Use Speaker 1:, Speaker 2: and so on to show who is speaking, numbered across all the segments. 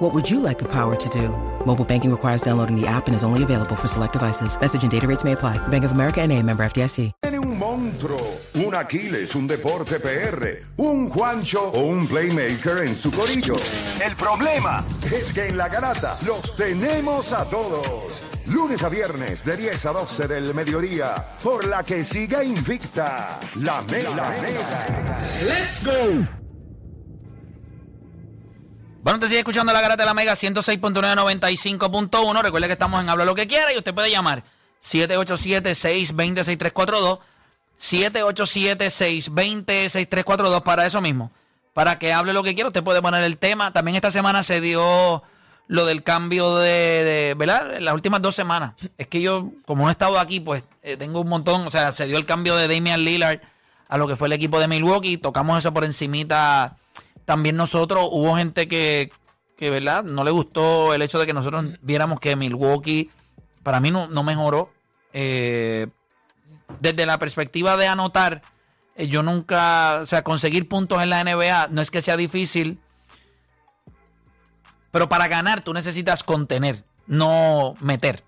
Speaker 1: What would you like the power to do? Mobile banking requires downloading the app and is only available for select devices. Message and data rates may apply. Bank of America and a member FDIC.
Speaker 2: Tiene un monstruo, un Aquiles, un deporte PR, un Juancho o un playmaker en su corillo. El problema es que en la garata los tenemos a todos. Lunes a viernes de 10 a 12 del mediodía, por la que siga invicta la mega.
Speaker 3: Let's go.
Speaker 4: Bueno, usted sigue escuchando la garata de la Mega 106.995.1. Recuerde que estamos en Habla lo que quiera y usted puede llamar 787-620-6342. 787-620-6342 para eso mismo. Para que hable lo que quiera, usted puede poner el tema. También esta semana se dio lo del cambio de, de- ¿verdad? En Las últimas dos semanas. Es que yo, como no he estado aquí, pues eh, tengo un montón. O sea, se dio el cambio de Damian Lillard a lo que fue el equipo de Milwaukee. Tocamos eso por encimita. También nosotros, hubo gente que, que ¿verdad? No le gustó el hecho de que nosotros viéramos que Milwaukee, para mí, no, no mejoró. Eh, desde la perspectiva de anotar, eh, yo nunca, o sea, conseguir puntos en la NBA no es que sea difícil. Pero para ganar tú necesitas contener, no meter.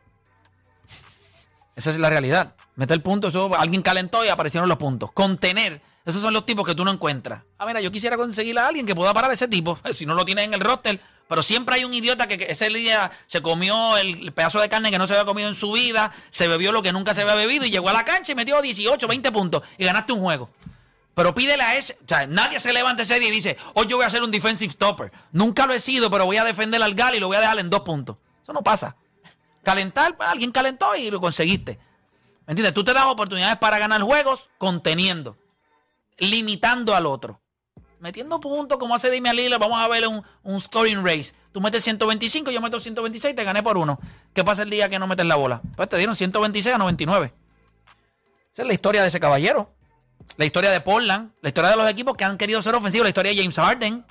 Speaker 4: Esa es la realidad. Meter puntos, eso, alguien calentó y aparecieron los puntos. Contener, esos son los tipos que tú no encuentras. Ah, mira, yo quisiera conseguir a alguien que pueda parar a ese tipo. Eh, Si no lo tienes en el roster, pero siempre hay un idiota que, que ese día se comió el pedazo de carne que no se había comido en su vida, se bebió lo que nunca se había bebido y llegó a la cancha y metió 18, 20 puntos y ganaste un juego. Pero pídele a ese. O sea, nadie se levanta ese día y dice, hoy yo voy a ser un defensive stopper. Nunca lo he sido, pero voy a defender al Gal y lo voy a dejar en dos puntos. Eso no pasa. Calentar, pues, alguien calentó y lo conseguiste. ¿Me entiendes? Tú te das oportunidades para ganar juegos conteniendo, limitando al otro. Metiendo puntos como hace Dime Lila, vamos a ver un, un scoring race. Tú metes 125, yo meto 126, te gané por uno. ¿Qué pasa el día que no metes la bola? Pues te dieron 126 a 99. Esa es la historia de ese caballero la historia de Portland, la historia de los equipos que han querido ser ofensivos, la historia de James Harden,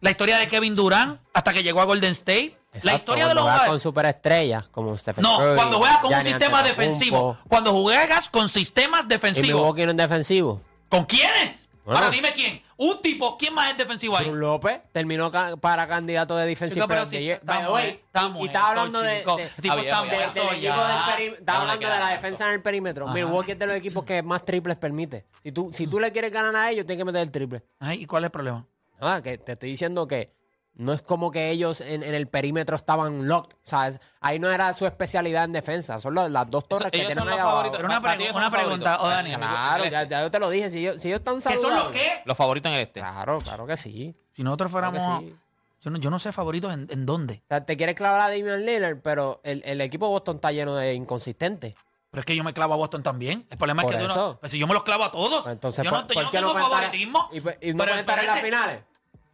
Speaker 4: la historia de Kevin Durant hasta que llegó a Golden State, la
Speaker 5: Exacto,
Speaker 4: historia
Speaker 5: cuando
Speaker 4: de los
Speaker 5: juegas
Speaker 4: jugadores.
Speaker 5: con superestrellas como Stephen
Speaker 4: No,
Speaker 5: Curry,
Speaker 4: cuando juegas con un
Speaker 5: Giannis
Speaker 4: sistema
Speaker 5: Antetokounmpo.
Speaker 4: defensivo, cuando juegas con sistemas
Speaker 5: ¿Y
Speaker 4: defensivos,
Speaker 5: Milwaukee no es defensivo?
Speaker 4: ¿con quiénes?
Speaker 5: Bueno.
Speaker 4: Ahora dime quién. Un tipo, ¿quién más es defensivo ahí?
Speaker 5: Cruz López terminó ca- para candidato de Defensive
Speaker 4: Pues- Chico,
Speaker 5: Player
Speaker 4: pero
Speaker 5: of the
Speaker 4: si
Speaker 5: Year.
Speaker 4: está
Speaker 5: By the way,
Speaker 4: muerto, está
Speaker 5: y- y
Speaker 4: muerto,
Speaker 5: está hablando de,
Speaker 4: chico.
Speaker 5: de-
Speaker 4: Este tipo
Speaker 5: de-
Speaker 4: está
Speaker 5: de-
Speaker 4: muerto
Speaker 5: del equipo
Speaker 4: ya.
Speaker 5: del peri- está hablando de la defensa en el perímetro. Milwaukee es de los equipos que más triples permite. Si tú, si tú le quieres ganar a ellos, tienes que meter el triple.
Speaker 4: Ay, ¿y cuál es el problema?
Speaker 5: Ah, que te estoy diciendo que no es como que ellos en, en el perímetro estaban locked. ¿sabes? Ahí no era su especialidad en defensa. Son lo- las dos torres
Speaker 6: Eso-
Speaker 5: que
Speaker 6: ellos
Speaker 5: tienen
Speaker 6: son
Speaker 5: ahí
Speaker 6: los
Speaker 5: abajo.
Speaker 6: favoritos.
Speaker 4: Pero una,
Speaker 6: para
Speaker 4: pregu-
Speaker 6: ti ellos son
Speaker 4: una
Speaker 6: favoritos.
Speaker 4: pregunta, oh, Daniel.
Speaker 5: Claro, ya, ya yo te lo dije. Si ellos, si ellos están
Speaker 4: ¿Qué son los
Speaker 5: saludables-
Speaker 4: qué?
Speaker 6: Los favoritos en el este.
Speaker 5: Claro, claro que sí.
Speaker 4: Si nosotros
Speaker 5: claro que
Speaker 4: fuéramos...
Speaker 5: sí.
Speaker 4: yo, no, yo no sé favoritos en, en dónde.
Speaker 5: O sea, te quieres clavar a Damian Lillard, pero el, el equipo de Boston está lleno de inconsistentes.
Speaker 4: Pero es que yo me clavo a Boston también. El problema
Speaker 5: Por
Speaker 4: es que tú no,
Speaker 5: eso.
Speaker 4: pues si yo me los clavo a todos.
Speaker 5: Pues Entonces,
Speaker 4: yo
Speaker 5: ¿por,
Speaker 4: no, yo
Speaker 5: por
Speaker 4: no
Speaker 5: qué
Speaker 4: tengo
Speaker 5: cantar-
Speaker 4: favoritismo.
Speaker 5: ¿Y, pues- y no
Speaker 4: pero
Speaker 5: pueden estar en las
Speaker 4: parece-
Speaker 5: finales?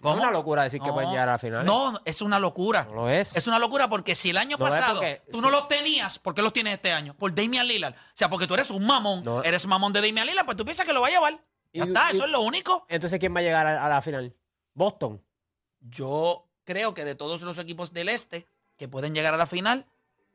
Speaker 4: ¿Cómo?
Speaker 5: Es una locura decir que pueden llegar a las finales.
Speaker 4: No, no, es una locura.
Speaker 5: No lo es.
Speaker 4: una locura porque si el año
Speaker 5: No lo es
Speaker 4: pasado
Speaker 5: porque-
Speaker 4: tú no
Speaker 5: sí.
Speaker 4: los tenías, ¿por qué los tienes este año? Por Damian Lillard. O sea, porque tú eres un mamón.
Speaker 5: No.
Speaker 4: Eres mamón de Damian Lillard, pues tú piensas que lo va a llevar. Ya
Speaker 5: Y-
Speaker 4: está,
Speaker 5: y-
Speaker 4: eso es lo único.
Speaker 5: Entonces, ¿quién va a llegar a, a la final? Boston.
Speaker 4: Yo creo que de todos los equipos del este que pueden llegar a la final,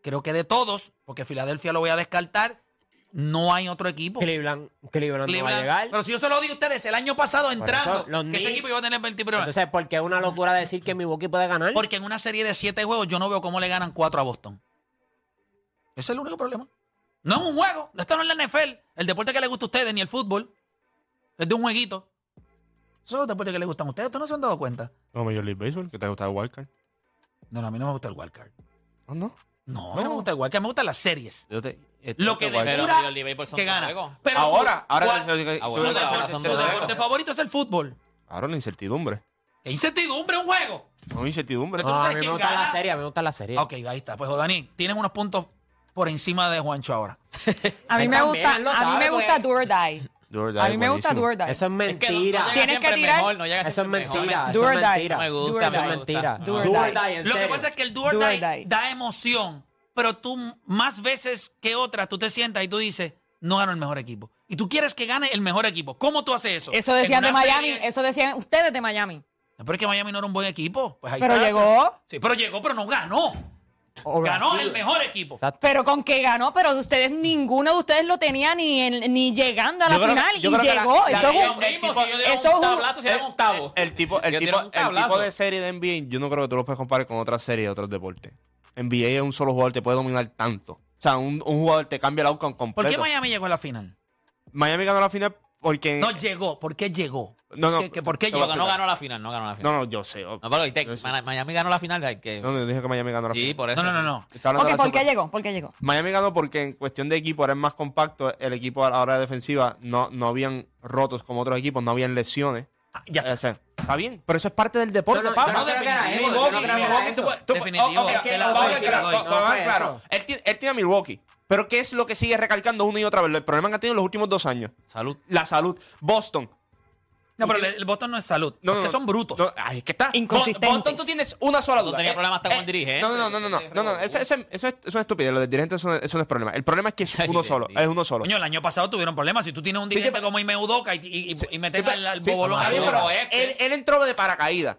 Speaker 4: creo que de todos, porque Filadelfia lo voy a descartar, no hay otro equipo.
Speaker 5: Cleveland. Cleveland,
Speaker 4: Cleveland.
Speaker 5: no va a llegar.
Speaker 4: Pero si yo se lo di a ustedes el año pasado
Speaker 5: eso,
Speaker 4: entrando,
Speaker 5: los
Speaker 4: que ese
Speaker 5: Knicks.
Speaker 4: equipo iba a tener 20 problemas.
Speaker 5: Entonces, ¿por qué es una locura decir que Milwaukee puede ganar?
Speaker 4: Porque en una serie de 7 juegos yo no veo cómo le ganan 4 a Boston. Ese es el único problema. No es un juego, no está en la NFL, el deporte que les gusta a ustedes, ni el fútbol. Es de un jueguito. Esos son los deportes que les gustan a ustedes. ¿Ustedes no se han dado cuenta?
Speaker 7: No, Major League Baseball, que te gusta Wildcard.
Speaker 4: No, no, a mí no me gusta el wildcard.
Speaker 7: ¿Ah, No, no.
Speaker 4: No, a mí no me gusta el wildcard, me gustan las series.
Speaker 6: Yo te- este-
Speaker 4: Lo que
Speaker 6: pero
Speaker 4: demora
Speaker 6: Major League Baseball son
Speaker 4: que
Speaker 6: dos
Speaker 4: gana.
Speaker 6: juegos.
Speaker 4: Pero
Speaker 7: Ahora,
Speaker 4: tú-
Speaker 7: ahora.
Speaker 4: ¿cuál-
Speaker 6: Ah,
Speaker 4: su
Speaker 6: bueno,
Speaker 4: deporte-
Speaker 6: ahora son
Speaker 4: su
Speaker 6: dos
Speaker 4: deporte
Speaker 6: juegos.
Speaker 4: favorito es el fútbol.
Speaker 7: Ahora la incertidumbre.
Speaker 4: ¡Qué incertidumbre un juego!
Speaker 7: No, incertidumbre.
Speaker 4: tú no
Speaker 5: No, a mí
Speaker 4: sabes
Speaker 5: me
Speaker 4: quién
Speaker 5: gusta
Speaker 4: gana.
Speaker 5: la serie, a mí me gusta la serie.
Speaker 4: Ok, ahí está. Pues, Dani, tienes unos puntos por encima de Juancho ahora.
Speaker 8: A mí
Speaker 5: Él
Speaker 8: me
Speaker 5: también
Speaker 8: gusta,
Speaker 5: lo
Speaker 8: a mí
Speaker 5: sabe,
Speaker 8: me gusta
Speaker 5: pues.
Speaker 8: do or die. A mí me gusta do or die.
Speaker 5: Eso es
Speaker 6: Es que no- no
Speaker 5: mentira.
Speaker 6: llega
Speaker 8: Tienes
Speaker 6: siempre
Speaker 8: que
Speaker 6: el
Speaker 8: tirar-
Speaker 6: Mejor, no llega
Speaker 5: Eso es
Speaker 6: siempre el mejor.
Speaker 5: mentira.
Speaker 8: Do
Speaker 5: Eso
Speaker 8: or
Speaker 5: es
Speaker 8: die.
Speaker 5: mentira.
Speaker 6: No me gusta,
Speaker 8: Do or
Speaker 5: Eso
Speaker 8: die.
Speaker 5: es mentira.
Speaker 6: Do
Speaker 5: Do
Speaker 6: or
Speaker 5: or
Speaker 8: die.
Speaker 5: die, en
Speaker 4: Lo que
Speaker 5: serio.
Speaker 4: pasa es que el do or
Speaker 8: Do or
Speaker 4: die
Speaker 8: die.
Speaker 4: da emoción, pero tú más veces que otras tú te sientas y tú dices, no ganó el mejor equipo. Y tú quieres que gane el mejor equipo. ¿Cómo tú haces eso?
Speaker 8: Eso
Speaker 4: En
Speaker 8: decían de
Speaker 4: una
Speaker 8: Miami,
Speaker 4: serie-
Speaker 8: eso decían ustedes de Miami.
Speaker 4: No, pero es que Miami no era un buen equipo. Pues ahí
Speaker 8: Pero
Speaker 4: está.
Speaker 8: llegó.
Speaker 4: Sí, pero llegó, pero no ganó. Ganó el mejor equipo.
Speaker 8: Pero con que ganó, pero ustedes, ninguno de ustedes lo tenía ni, en- ni llegando a la
Speaker 7: Yo creo que-
Speaker 8: final.
Speaker 7: yo
Speaker 8: y
Speaker 7: creo que la-
Speaker 8: llegó.
Speaker 7: la
Speaker 8: eso
Speaker 7: liga
Speaker 8: es un,
Speaker 7: un equipo, si yo diera
Speaker 8: eso es un-
Speaker 7: El- El, tipo, el,
Speaker 5: Yo
Speaker 7: tipo,
Speaker 5: tiré un
Speaker 7: el
Speaker 5: tablazo.
Speaker 7: tipo de serie de NBA, yo no creo que tú lo puedes comparar con otras series de otros deportes. NBA es un solo jugador, te puede dominar tanto. O sea, un, un jugador te cambia el outcome
Speaker 4: ¿Por
Speaker 7: completo.
Speaker 4: qué Miami llegó a la final?
Speaker 7: Miami ganó la final porque...
Speaker 4: No llegó. ¿Por qué llegó?
Speaker 7: Eh, No, no,
Speaker 4: ¿Qué- qué- ¿Por qué
Speaker 7: te voy a
Speaker 4: llegó?
Speaker 6: Porque no ganó la final, no ganó la final.
Speaker 7: no, no, yo sé. oh,
Speaker 6: No, pero viste, Mana- Miami ganó la final. hay que-
Speaker 7: No, no, dije que Miami ganó la
Speaker 6: sí,
Speaker 7: final.
Speaker 6: por eso.
Speaker 4: No, no, no, no.
Speaker 7: Está hablando
Speaker 8: Ok,
Speaker 7: de la
Speaker 8: ¿por qué
Speaker 7: super-
Speaker 8: llegó? ¿Por qué llegó?
Speaker 7: Miami ganó porque en cuestión de equipo era más compacto, el equipo a la hora de defensiva no, no habían rotos como otros equipos, no habían lesiones.
Speaker 4: Ah, ya.
Speaker 7: O sea, está bien, pero eso es parte del deporte,
Speaker 5: No, no,
Speaker 7: papi.
Speaker 5: yo no creo que era eso, yo no
Speaker 7: Milwaukee,
Speaker 5: creo que era
Speaker 7: Milwaukee,
Speaker 5: eso.
Speaker 7: tú puedes- tú puedes-
Speaker 4: Definitivo,
Speaker 7: oh, ok,
Speaker 4: te la
Speaker 7: vamos a
Speaker 4: doy,
Speaker 7: ver
Speaker 4: te la
Speaker 7: claro,
Speaker 4: doy.
Speaker 7: vamos a ver
Speaker 5: No fue
Speaker 7: claro.
Speaker 5: eso.
Speaker 7: Él tiene, él tiene a Milwaukee, pero ¿qué es lo que sigue recalcando una y otra vez? El problema que han tenido en los últimos dos años,
Speaker 6: Salud.
Speaker 7: la salud. Boston.
Speaker 4: No, pero el Boston no es salud.
Speaker 7: No, no,
Speaker 4: porque
Speaker 7: no.
Speaker 4: son brutos.
Speaker 7: No, ay, es que está.
Speaker 8: Inconsistentes.
Speaker 7: Bo- Boston, tú tienes una sola
Speaker 6: No
Speaker 7: duda. Eh,
Speaker 6: tenía problema hasta con el dirigente.
Speaker 7: No, no, no, no, no, no, no, ese- ese- eso, es, eso es estupidez. Lo del dirigente eso, no- eso no es problema. El problema es que es
Speaker 6: Ay,
Speaker 7: uno
Speaker 6: Dios
Speaker 7: solo.
Speaker 6: mío.
Speaker 7: Es uno solo.
Speaker 4: Coño, el año pasado tuvieron problemas. Si tú tienes un dirigente
Speaker 7: pero-
Speaker 4: como Imeudoka y, y, y, y meten
Speaker 7: Sí,
Speaker 4: al, al
Speaker 7: sí,
Speaker 4: bobolón.
Speaker 7: está bien,
Speaker 4: a-
Speaker 6: Bobolón.
Speaker 7: pero él, él entró de paracaídas.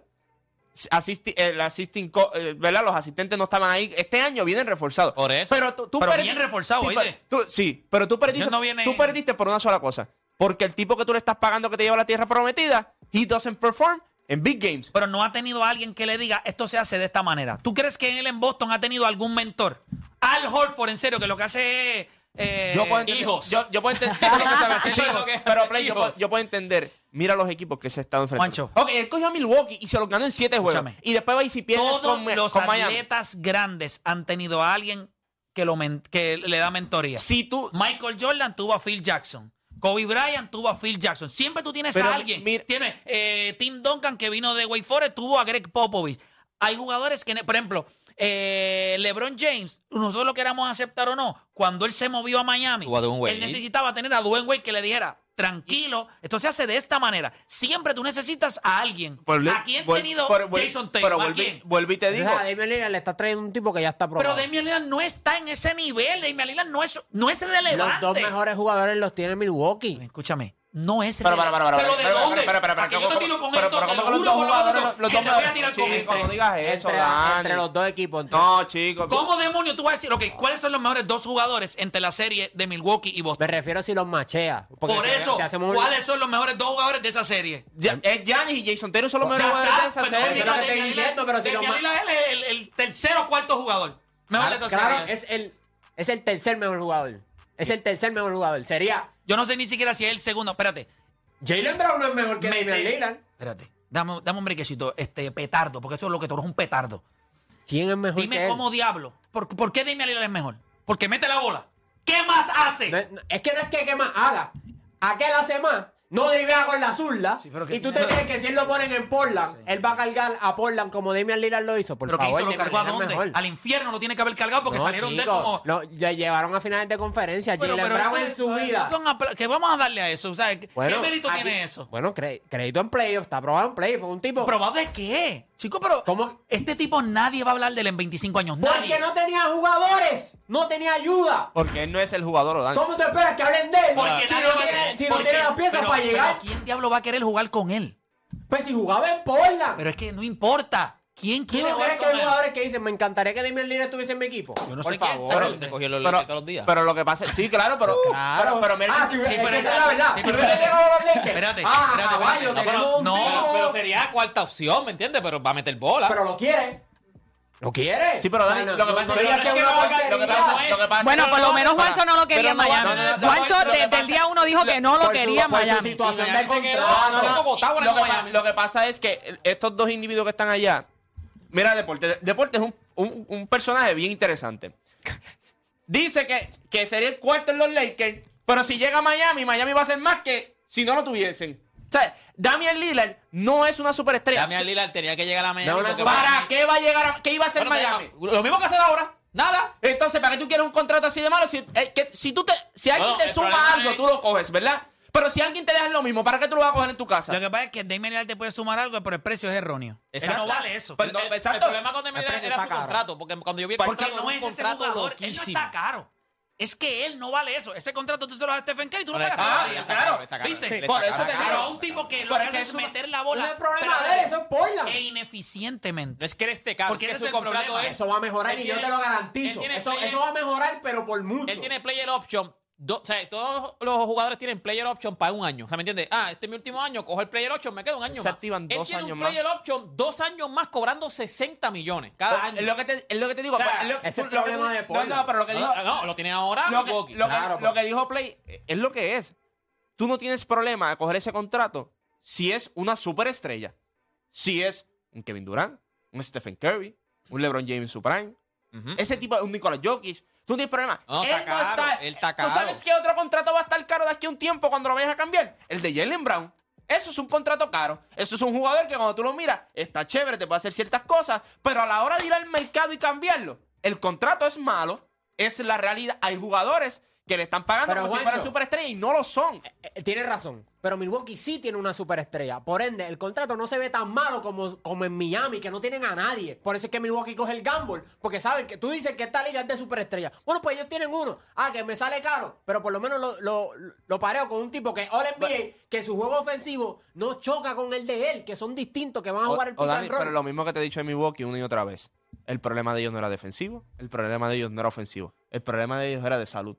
Speaker 7: Asisti- el assisting co- eh, ¿verdad? Los asistentes no estaban ahí. Este año vienen reforzados.
Speaker 6: Por eso.
Speaker 7: Pero tú, tú
Speaker 4: Pero
Speaker 7: perdi-
Speaker 4: bien reforzados,
Speaker 7: sí,
Speaker 4: ¿oíste?
Speaker 7: pero- tú- sí, pero tú perdiste,
Speaker 4: Ellos no vienen-
Speaker 7: tú perdiste por una sola cosa. Porque el tipo que tú le estás pagando que te lleva a la tierra prometida, he doesn't perform en big games.
Speaker 4: pero no ha tenido a alguien que le diga esto se hace de esta manera. ¿Tú crees que él en Boston ha tenido algún mentor? Al Horford, en serio, que lo que hace es. eh,
Speaker 7: yo puedo entender,
Speaker 6: hijos.
Speaker 7: Yo, yo puedo entender lo que están haciendo,
Speaker 6: Sí, lo que-
Speaker 7: pero Play, yo,
Speaker 6: hijos.
Speaker 7: puedo- yo puedo entender. Mira los equipos que se están enfrentando.
Speaker 4: Juancho.
Speaker 7: Ok, él cogió a Milwaukee y se los ganó en siete juegos.
Speaker 4: Escúchame.
Speaker 7: Y después va y si pierdes
Speaker 4: todos
Speaker 7: con,
Speaker 4: los
Speaker 7: con Miami.
Speaker 4: atletas grandes han tenido a alguien que, lo men- que le da mentoría.
Speaker 7: Si tú,
Speaker 4: Michael Jordan tuvo a Phil Jackson. Kobe Bryant tuvo a Phil Jackson. Siempre tú tienes
Speaker 7: Pero
Speaker 4: a alguien.
Speaker 7: mira-
Speaker 4: tienes eh, Tim Duncan que vino de Wake Forest, tuvo a Greg Popovich. Hay jugadores que, por ejemplo, eh, LeBron James, nosotros lo queramos aceptar o no, cuando él se movió a Miami,
Speaker 6: Tuvo a Dwayne Wade.
Speaker 4: él necesitaba tener a Dwayne Wade que le dijera, tranquilo, esto se hace de esta manera. Siempre tú necesitas a alguien.
Speaker 7: Vuelve-
Speaker 4: ¿A quién ha
Speaker 7: vuel-
Speaker 4: tenido
Speaker 7: Pues pero vuel-
Speaker 4: Jason Tatum?
Speaker 7: Pero
Speaker 4: ¿A
Speaker 7: vuelve-
Speaker 4: quién?
Speaker 7: vuelve y te digo.
Speaker 5: Entonces, a Damian Lillard le está trayendo un tipo que ya está probado.
Speaker 4: Pero Damian Lillard no está en ese nivel. Damian Lillard no es, no es relevante.
Speaker 5: Los dos mejores jugadores los tiene Milwaukee.
Speaker 4: Escúchame, no es
Speaker 7: Pero, para, para, para,
Speaker 4: ¿Pero
Speaker 7: para,
Speaker 4: de
Speaker 7: para,
Speaker 4: dónde?
Speaker 7: para, para, para,
Speaker 4: ¿A que yo
Speaker 7: ¿cómo-
Speaker 4: te tiro con
Speaker 7: pero-
Speaker 4: esto,
Speaker 7: pero
Speaker 4: te lo
Speaker 7: ¿cómo que los
Speaker 4: juro
Speaker 7: dos
Speaker 4: por la
Speaker 7: jugadores,
Speaker 4: madre
Speaker 7: los
Speaker 4: que
Speaker 7: dos
Speaker 4: te voy a tirar
Speaker 7: mejores?
Speaker 4: con
Speaker 7: Chico,
Speaker 4: este?
Speaker 7: no digas eso,
Speaker 5: entre,
Speaker 7: Dani.
Speaker 5: entre los dos equipos. entre-
Speaker 7: No, chicos.
Speaker 4: ¿Cómo demonios tú vas a decir, ok, cuáles son los mejores dos jugadores entre la serie de Milwaukee y
Speaker 5: Me
Speaker 4: Boston?
Speaker 5: refiero si los machea. Porque
Speaker 4: Por
Speaker 5: si-
Speaker 4: eso,
Speaker 5: si hacemos un-
Speaker 4: ¿cuáles son los mejores dos jugadores de esa serie?
Speaker 7: Ya- Es Giannis y Jason Taylor son los
Speaker 4: Ya
Speaker 7: mejores jugadores de
Speaker 4: está, pues,
Speaker 7: esa
Speaker 4: pero
Speaker 7: serie.
Speaker 5: eso es lo que
Speaker 4: Damian
Speaker 5: estoy
Speaker 4: Lillard-
Speaker 5: diciendo, pero si los
Speaker 4: Damian
Speaker 5: ma-
Speaker 4: Lillard es el, el- el tercero o cuarto jugador. Mejor de
Speaker 5: Claro,
Speaker 4: esa
Speaker 5: Ah, claro,
Speaker 4: serie.
Speaker 5: es el, es el tercer mejor jugador. Es el tercer mejor jugador. Sería
Speaker 4: Yo no sé ni siquiera si es el segundo. Espérate,
Speaker 5: Jalen Brown no es mejor que
Speaker 4: Me-
Speaker 5: Damian Lillard.
Speaker 4: espérate. Dame, dame un brequecito, este petardo, porque eso es lo que tú eres un petardo.
Speaker 5: ¿Quién es mejor que
Speaker 4: Dime
Speaker 5: él?
Speaker 4: cómo diablo. ¿Por, por qué Damian Lillard es mejor? Porque mete la bola. ¿Qué más hace?
Speaker 5: No es- no- es que no es que, que más haga. Aquel hace más. No drivea con la zurda.
Speaker 4: pero que-
Speaker 5: y tú te crees que si él lo ponen en Portland, él va a cargar a Portland como Damian Lillard lo hizo. Por
Speaker 4: ¿Pero qué
Speaker 5: favor,
Speaker 4: hizo? ¿Lo
Speaker 5: Damian
Speaker 4: cargó a
Speaker 5: Lillard es
Speaker 4: dónde?
Speaker 5: mejor.
Speaker 4: Al infierno lo tiene que haber cargado porque
Speaker 5: No,
Speaker 4: salieron de él
Speaker 5: chico,
Speaker 4: como...
Speaker 5: no, le llevaron a finales de conferencia.
Speaker 4: Bueno,
Speaker 5: Jalen
Speaker 4: pero
Speaker 5: Brown
Speaker 4: eso-
Speaker 5: en su vida.
Speaker 4: son apla- que vamos a darle a eso. O sea, ¿qué-
Speaker 5: Bueno,
Speaker 4: ¿Qué mérito
Speaker 5: aquí-
Speaker 4: tiene eso?
Speaker 5: Bueno, cre- crédito en playoff. Está aprobado en playoff. Fue un tipo.
Speaker 4: ¿Probado de qué? Chico, pero
Speaker 5: ¿Cómo?
Speaker 4: este tipo nadie va a hablar de él en 25 años.
Speaker 5: porque
Speaker 4: Nadie.
Speaker 5: no tenía jugadores. No tenía ayuda.
Speaker 7: Porque él no es el jugador, Dani.
Speaker 5: ¿Cómo te esperas que hablen de él?
Speaker 4: Porque
Speaker 5: si
Speaker 4: nadie
Speaker 5: no
Speaker 4: va a
Speaker 5: tiene,
Speaker 4: querer-
Speaker 5: si no
Speaker 4: porque-
Speaker 5: tiene las piezas
Speaker 4: pero-
Speaker 5: para llegar.
Speaker 4: pero ¿Quién diablo va a querer jugar con él?
Speaker 5: Pues si jugaba en Portland.
Speaker 4: Pero es que no importa. ¿Quién
Speaker 5: ¿Tú
Speaker 4: quiere
Speaker 5: no
Speaker 4: jugar
Speaker 5: crees que
Speaker 4: con
Speaker 5: hay
Speaker 4: él?
Speaker 5: jugadores que dicen, me encantaría que Damian Lillard estuviese en mi equipo?
Speaker 4: Yo no
Speaker 6: Por
Speaker 4: sé quién,
Speaker 6: favor.
Speaker 4: pero-
Speaker 6: se cogió los
Speaker 7: Pero,
Speaker 6: leches todos los días.
Speaker 7: pero lo que pasa es, sí, claro, pero,
Speaker 5: Claro.
Speaker 7: pero, pero mira,
Speaker 5: ah, si hubiera-
Speaker 4: sí,
Speaker 5: es
Speaker 4: pero
Speaker 5: que esa es
Speaker 4: esa-
Speaker 5: la verdad.
Speaker 4: sí,
Speaker 5: si
Speaker 4: pero-
Speaker 5: hubiera llegado a los Lakers.
Speaker 4: Espérate,
Speaker 5: ah,
Speaker 4: espérate,
Speaker 5: caballo,
Speaker 4: espérate.
Speaker 5: tenemos un
Speaker 4: No,
Speaker 5: tipo,
Speaker 6: Pero, pero sería cuarta opción, ¿me entiendes? Pero va a meter bola.
Speaker 5: pero lo quiere. ¿Lo quiere?
Speaker 7: Sí, pero Dani, lo que pasa es
Speaker 5: digas
Speaker 7: que-
Speaker 5: que es
Speaker 7: lo
Speaker 5: una
Speaker 7: que pasa- lo que pasa
Speaker 5: porquería.
Speaker 7: es- lo que pasa
Speaker 8: Bueno,
Speaker 7: es-
Speaker 8: por lo
Speaker 7: no,
Speaker 8: menos
Speaker 7: para-
Speaker 8: Juancho no lo quería
Speaker 6: pero
Speaker 8: en
Speaker 6: no,
Speaker 8: Miami.
Speaker 6: no, no, no, no,
Speaker 8: Juancho
Speaker 7: no, no,
Speaker 8: desde
Speaker 7: no,
Speaker 8: el
Speaker 7: no,
Speaker 8: día uno dijo que no lo
Speaker 5: por su-
Speaker 8: quería en
Speaker 5: por su
Speaker 8: Miami.
Speaker 5: situación
Speaker 6: Y Miami
Speaker 5: de
Speaker 6: se quedó
Speaker 5: contrato.
Speaker 6: con poco octavo en
Speaker 7: lo, que
Speaker 6: Miami.
Speaker 7: pa- lo que pasa es que estos dos individuos que están allá. Mira, Deporte. Deporte es un, un- un personaje bien interesante. Dice que, que sería el cuarto en los Lakers, pero si llega a Miami, Miami va a ser más que si no lo tuviesen. O sea, Damian Lillard no es una superestrella.
Speaker 6: Damian Lillard tenía que llegar a la mañana.
Speaker 5: No, no,
Speaker 7: ¿Para qué va a llegar a, qué iba a hacer Miami?
Speaker 6: Lo mismo que hacer ahora. Nada.
Speaker 7: Entonces, ¿para qué tú quieres un contrato así de malo? Si, eh, que- si, tú te, si alguien
Speaker 6: Bueno,
Speaker 7: te
Speaker 6: el
Speaker 7: suma
Speaker 6: problema
Speaker 7: algo,
Speaker 6: es-
Speaker 7: tú lo coges, ¿verdad? Pero si alguien te deja lo mismo, ¿para qué tú lo vas a coger en tu casa?
Speaker 4: Lo que pasa es que Damian Lillard te puede sumar algo, pero el precio es erróneo. Eso
Speaker 7: Exacto.
Speaker 4: no vale eso.
Speaker 7: Pero no,
Speaker 6: El, el
Speaker 7: exacto.
Speaker 6: problema con Damian
Speaker 5: El
Speaker 6: Lillard
Speaker 5: precio
Speaker 6: era
Speaker 5: está
Speaker 6: su
Speaker 5: caro.
Speaker 6: contrato. Porque cuando yo vi el
Speaker 4: Porque
Speaker 6: contrato,
Speaker 4: no
Speaker 6: era
Speaker 4: es
Speaker 6: un
Speaker 4: ese
Speaker 6: contrato
Speaker 4: jugador. Él no
Speaker 6: loquísimo.
Speaker 4: está caro. Es que él no vale eso. Ese contrato tú se lo das a Stephen Curry y tú no
Speaker 6: Pero
Speaker 4: pagas nada.
Speaker 6: está caro, está
Speaker 4: Claro,
Speaker 6: caro, está caro.
Speaker 4: ¿viste?
Speaker 6: Sí, le está
Speaker 4: Por eso
Speaker 6: caro,
Speaker 4: te
Speaker 6: está
Speaker 4: digo.
Speaker 6: caro.
Speaker 4: a un tipo que lo
Speaker 7: Pero
Speaker 4: que
Speaker 7: es
Speaker 4: hace
Speaker 7: que
Speaker 4: es
Speaker 7: eso-
Speaker 4: meter la bola
Speaker 7: ese es el problema
Speaker 4: pero-
Speaker 7: de él, eso es Portland.
Speaker 4: e ineficientemente.
Speaker 6: No es que él esté caro,
Speaker 4: Porque
Speaker 6: es que
Speaker 4: ese
Speaker 6: su
Speaker 4: es el
Speaker 6: contrato
Speaker 4: problema.
Speaker 6: es.
Speaker 4: Eso
Speaker 5: Ah, va a mejorar
Speaker 6: Él
Speaker 5: y yo
Speaker 6: tiene-
Speaker 5: te lo
Speaker 6: él
Speaker 5: garantizo.
Speaker 6: tiene
Speaker 5: Eso,
Speaker 6: player-
Speaker 5: eso va a mejorar, pero por mucho.
Speaker 6: Él tiene player option. do- o sea, todos los jugadores tienen player option para un año. O sea, ¿me entiendes? Ah, este es mi último año, cojo el player option, me queda un año
Speaker 7: Se
Speaker 6: más.
Speaker 7: activan
Speaker 6: Él
Speaker 7: dos
Speaker 6: tiene
Speaker 7: años
Speaker 6: un
Speaker 7: más.
Speaker 6: player option dos años más cobrando 60 millones cada
Speaker 7: Pues, Es
Speaker 6: año.
Speaker 7: lo que te, es lo que te digo.
Speaker 6: O sea,
Speaker 7: pues, es lo-
Speaker 5: ese es el
Speaker 7: tú- lo que
Speaker 5: problema
Speaker 7: tú-
Speaker 5: de
Speaker 7: no,
Speaker 5: Portland.
Speaker 7: No, pero lo que digo.
Speaker 6: No, no, lo tiene ahora
Speaker 7: lo, que,
Speaker 6: Milwaukee.
Speaker 7: lo que-
Speaker 5: Claro,
Speaker 7: lo
Speaker 5: pues.
Speaker 7: que dijo Play eh, es lo que es. Tú no tienes problema de coger ese contrato si es una superestrella. Si es un Kevin Durant, un Stephen Curry, un LeBron James Supreme,
Speaker 6: Ujú.
Speaker 7: ese tipo, un Nicolas Jokic. Tú no tienes problema.
Speaker 6: No,
Speaker 7: él
Speaker 6: está
Speaker 7: no
Speaker 6: caro,
Speaker 7: está.
Speaker 6: él está
Speaker 7: ¿Tú sabes
Speaker 6: caro.
Speaker 7: qué otro contrato va a estar caro de aquí a un tiempo cuando lo vayas a cambiar? El de Jalen Brown. Eso es un contrato caro. Eso es un jugador que cuando tú lo miras está chévere, te puede hacer ciertas cosas, pero a la hora de ir al mercado y cambiarlo, el contrato es malo, es la realidad. Hay jugadores que le están pagando
Speaker 5: Pero,
Speaker 7: como si
Speaker 5: Juancho,
Speaker 7: fueran superestrellas y no lo son.
Speaker 5: Eh, eh, Tienes razón, pero Milwaukee sí tiene una superestrella. Por ende, el contrato no se ve tan malo como, como en Miami, que no tienen a nadie. Por eso es que Milwaukee coge el gamble. Porque saben que tú dices que esta liga es de superestrella. Bueno, pues ellos tienen uno. Ah, que me sale caro, pero por lo menos lo, lo, lo pareo con un tipo que all NBA, que su juego ofensivo no choca con el de él, que son distintos, que van a
Speaker 7: O-
Speaker 5: jugar el
Speaker 7: o
Speaker 5: pick
Speaker 7: Dani,
Speaker 5: and roll.
Speaker 7: pero lo mismo que te he dicho en Milwaukee una y otra vez. El problema de ellos no era defensivo, el problema de ellos no era ofensivo, el problema de ellos era de salud.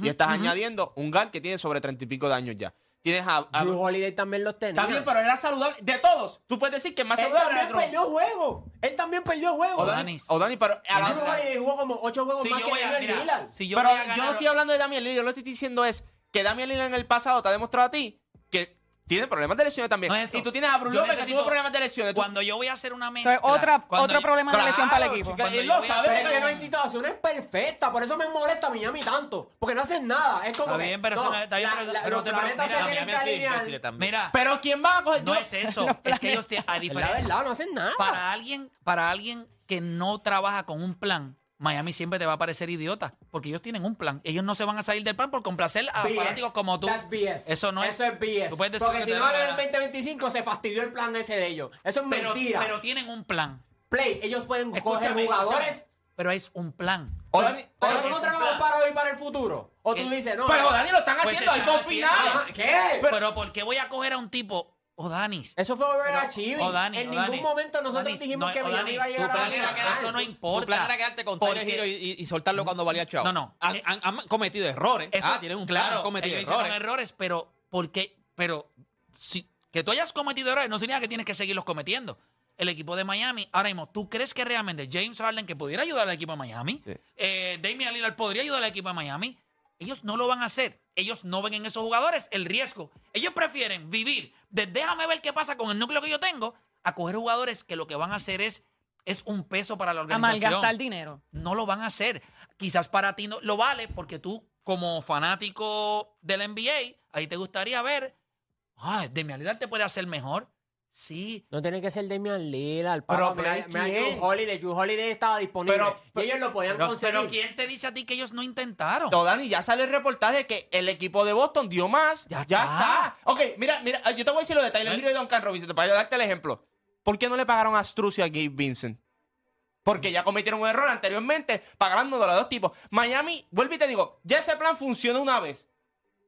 Speaker 7: y estás añadiendo un Gal que tiene sobre treinta y pico de años ya. Tienes a. a-
Speaker 5: Drew Holiday también los tenía.
Speaker 7: Está bien, Ah, pero era saludable. De todos, tú puedes decir que más
Speaker 5: él
Speaker 7: saludable
Speaker 5: también
Speaker 7: era Drummond.
Speaker 5: perdió juego. Él también perdió
Speaker 7: O
Speaker 5: juego.
Speaker 4: Hola.
Speaker 7: Dani,
Speaker 4: Danis.
Speaker 7: o Dani, pero. a la-
Speaker 5: Drew Holiday jugó como ocho juegos
Speaker 4: Si
Speaker 5: más
Speaker 4: yo
Speaker 5: que
Speaker 4: voy a-
Speaker 5: Damian
Speaker 4: mira,
Speaker 5: Lillard.
Speaker 4: si yo
Speaker 7: pero
Speaker 4: voy a
Speaker 7: yo
Speaker 4: ganar-
Speaker 7: no estoy hablando de Damian Lillard. Yo lo que estoy diciendo es que Damian Lillard en el pasado te ha demostrado a ti que tiene problemas de lesiones también.
Speaker 4: No es eso.
Speaker 7: y tú tienes a Bruno
Speaker 4: Yo
Speaker 7: López que
Speaker 4: necesito-
Speaker 7: tuvo problemas de lesiones. Tú-
Speaker 4: Cuando yo voy a hacer una
Speaker 8: Eso
Speaker 4: mezcla.
Speaker 8: es otra,
Speaker 4: cuando
Speaker 8: otro
Speaker 4: yo-
Speaker 8: problema de lesión para el
Speaker 7: Claro,
Speaker 8: equipo.
Speaker 7: chica,
Speaker 4: Cuando
Speaker 7: él
Speaker 4: yo
Speaker 7: lo
Speaker 4: voy Pues a
Speaker 7: sabe.
Speaker 5: Pero es
Speaker 4: hacer-
Speaker 5: que no hay situaciones perfectas, por eso me molesta Miami tanto, porque no hacen nada. Es como
Speaker 4: Está
Speaker 5: que,
Speaker 4: bien, pero
Speaker 5: no,
Speaker 4: eso no- está bien,
Speaker 5: la-
Speaker 4: pero-
Speaker 5: la-
Speaker 4: pero
Speaker 5: los
Speaker 4: te-
Speaker 5: planetas
Speaker 4: mira,
Speaker 5: se tienen
Speaker 6: Miami
Speaker 5: que
Speaker 6: así,
Speaker 5: alinear.
Speaker 6: imbéciles también.
Speaker 4: Mira,
Speaker 7: Pero ¿quién va a coger?
Speaker 4: no
Speaker 7: yo-
Speaker 4: es eso. es que ellos te, a
Speaker 5: Es la
Speaker 4: diferencia.
Speaker 5: verdad, no hacen nada.
Speaker 4: Para alguien, para alguien que no trabaja con un plan, Miami siempre te va a parecer idiota, porque ellos tienen un plan. Ellos no se van a salir del plan por complacer a
Speaker 5: BS.
Speaker 4: fanáticos como tú.
Speaker 5: That's BS.
Speaker 4: Eso no es.
Speaker 5: Eso es BS.
Speaker 4: Tú puedes decir
Speaker 5: Porque
Speaker 4: lo
Speaker 5: si
Speaker 4: que te
Speaker 5: no
Speaker 4: dé la
Speaker 5: en el
Speaker 4: gana.
Speaker 5: 2025 se fastidió el plan ese de ellos. Eso es
Speaker 4: pero,
Speaker 5: mentira.
Speaker 4: pero tienen un plan.
Speaker 5: Play, ellos pueden coger
Speaker 4: Escúchame,
Speaker 5: jugadores.
Speaker 4: escúchame. Pero es un plan.
Speaker 7: O Dani-
Speaker 5: Pero tú
Speaker 7: Oye,
Speaker 5: no trabajas para hoy y para el futuro. O tú
Speaker 4: Eh,
Speaker 5: dices, no.
Speaker 7: Pero
Speaker 5: no,
Speaker 7: Dani lo están
Speaker 4: Pues
Speaker 7: haciendo, hay
Speaker 4: están
Speaker 7: dos
Speaker 4: haciendo-
Speaker 7: finales.
Speaker 5: ah, ¿Qué?
Speaker 4: Pero, ¿por qué voy a coger a un tipo, o Danis?
Speaker 5: eso fue
Speaker 4: Pero,
Speaker 5: overachieving.
Speaker 4: O'Danis,
Speaker 5: En
Speaker 4: O'Danis,
Speaker 5: ningún momento nosotros
Speaker 4: O'Danis,
Speaker 5: dijimos
Speaker 4: no,
Speaker 5: que Miami
Speaker 4: O'Danis,
Speaker 5: iba a llegar
Speaker 4: tu
Speaker 5: a la
Speaker 4: plan era
Speaker 5: final.
Speaker 4: que eso no importa.
Speaker 6: Tu plan era quedarte con Tyler
Speaker 4: Porque-
Speaker 6: Hero y, y- y soltarlo cuando valía chao.
Speaker 4: No, no.
Speaker 6: Han,
Speaker 4: Eh,
Speaker 6: han- han cometido errores.
Speaker 4: Eso-
Speaker 6: ah, tienen un plan, han cometido
Speaker 4: ellos hicieron
Speaker 6: errores.
Speaker 4: pero porque, pero si, que tú hayas cometido errores no significa que tienes que seguirlos cometiendo. El equipo de Miami, ahora mismo, ¿tú crees que realmente James Harden que pudiera ayudar al equipo de Miami?
Speaker 7: Sí.
Speaker 4: Eh, Damian Lillard podría ayudar al equipo de Miami. Ellos no lo van a hacer. Ellos no ven en esos jugadores el riesgo. Ellos prefieren vivir de déjame ver qué pasa con el núcleo que yo tengo a coger jugadores que lo que van a hacer es, es un peso para
Speaker 8: A
Speaker 4: la organización
Speaker 8: malgastar dinero.
Speaker 4: no lo van a hacer. Quizás para ti no lo vale porque tú como fanático del NBA, ahí te gustaría ver, ah, de mi realidad te puede hacer mejor. Sí,
Speaker 5: No tiene que ser Damian Lillard,
Speaker 7: Pero,
Speaker 5: papá.
Speaker 7: pero
Speaker 5: Mira,
Speaker 7: ¿y
Speaker 5: mira,
Speaker 7: quién?
Speaker 5: Drew Holiday. Drew Holiday estaba disponible.
Speaker 7: Pero-
Speaker 5: y ellos lo podían
Speaker 4: pero,
Speaker 5: conseguir.
Speaker 4: pero ¿quién te dice a ti que ellos no intentaron?
Speaker 7: No, Dani, ya sale el reportaje de que el equipo de Boston dio más. Ya,
Speaker 4: Ya
Speaker 7: está. Ok, mira, mira, yo te voy a decir lo de Tyler Hero y Duncan Robinson para darte el ejemplo. ¿Por qué no le pagaron a Struz y a Gabe Vincent? Porque ya cometieron un error anteriormente pagándolo a dos tipos. Miami, vuelve y te digo, ya ese plan funciona una vez.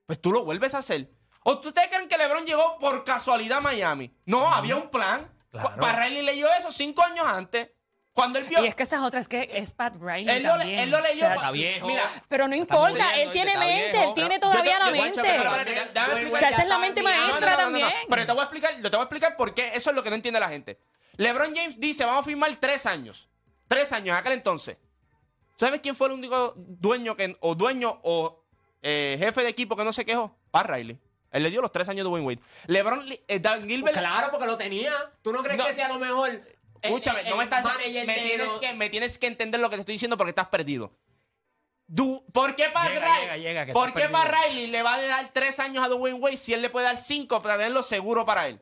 Speaker 7: Pues tú lo vuelves a hacer. ¿O ustedes creen que LeBron llegó por casualidad a Miami? No, había un plan.
Speaker 4: Claro.
Speaker 7: Barrelli leyó eso cinco años antes. Cuando él vio...
Speaker 8: Y es que esas otras que es Pat Riley
Speaker 7: él, lo,
Speaker 8: también.
Speaker 7: él lo leyó...
Speaker 8: O sea,
Speaker 6: Está viejo.
Speaker 7: Mira,
Speaker 8: pero no
Speaker 6: Está
Speaker 8: importa,
Speaker 6: muriendo,
Speaker 8: él tiene
Speaker 6: está
Speaker 8: mente,
Speaker 6: viejo.
Speaker 8: él tiene
Speaker 6: Yo
Speaker 8: todavía
Speaker 7: Yo te-
Speaker 8: la
Speaker 7: yo-
Speaker 8: mente.
Speaker 7: guacho, pero espérate, da- dame explicar-
Speaker 8: sea, esa es la mente
Speaker 7: No, no, no,
Speaker 8: maestra
Speaker 7: no, no,
Speaker 8: también.
Speaker 7: Pero te voy a explicar, yo te voy a explicar por qué. Eso es lo que no entiende la gente. LeBron James dice, vamos a firmar tres años. Tres años, en aquel entonces. ¿Sabes quién fue el único dueño que, o dueño o eh, jefe de equipo que no se quejó? Pat Riley. Él le dio los tres años de Wayne Wade. LeBron, li- eh, Dan Gilbert...
Speaker 5: Pues Claro, porque lo tenía. ¿Tú no crees
Speaker 7: No.
Speaker 5: que sea lo mejor? Eh, El-
Speaker 4: Eh,
Speaker 7: Escúchame,
Speaker 5: el-
Speaker 7: no me
Speaker 5: el
Speaker 7: estás.
Speaker 5: manager
Speaker 7: Me
Speaker 5: de
Speaker 7: tienes,
Speaker 5: los-
Speaker 7: que, me tienes que entender lo que te estoy diciendo porque estás perdido. Du- ¿Por qué para
Speaker 4: Llega,
Speaker 7: Riley?
Speaker 4: llega, llega, que
Speaker 7: ¿Por
Speaker 4: estás
Speaker 7: qué para
Speaker 4: perdido.
Speaker 7: Riley le va a dar tres años a Dwayne Wade si él le puede dar cinco para tenerlo seguro para él?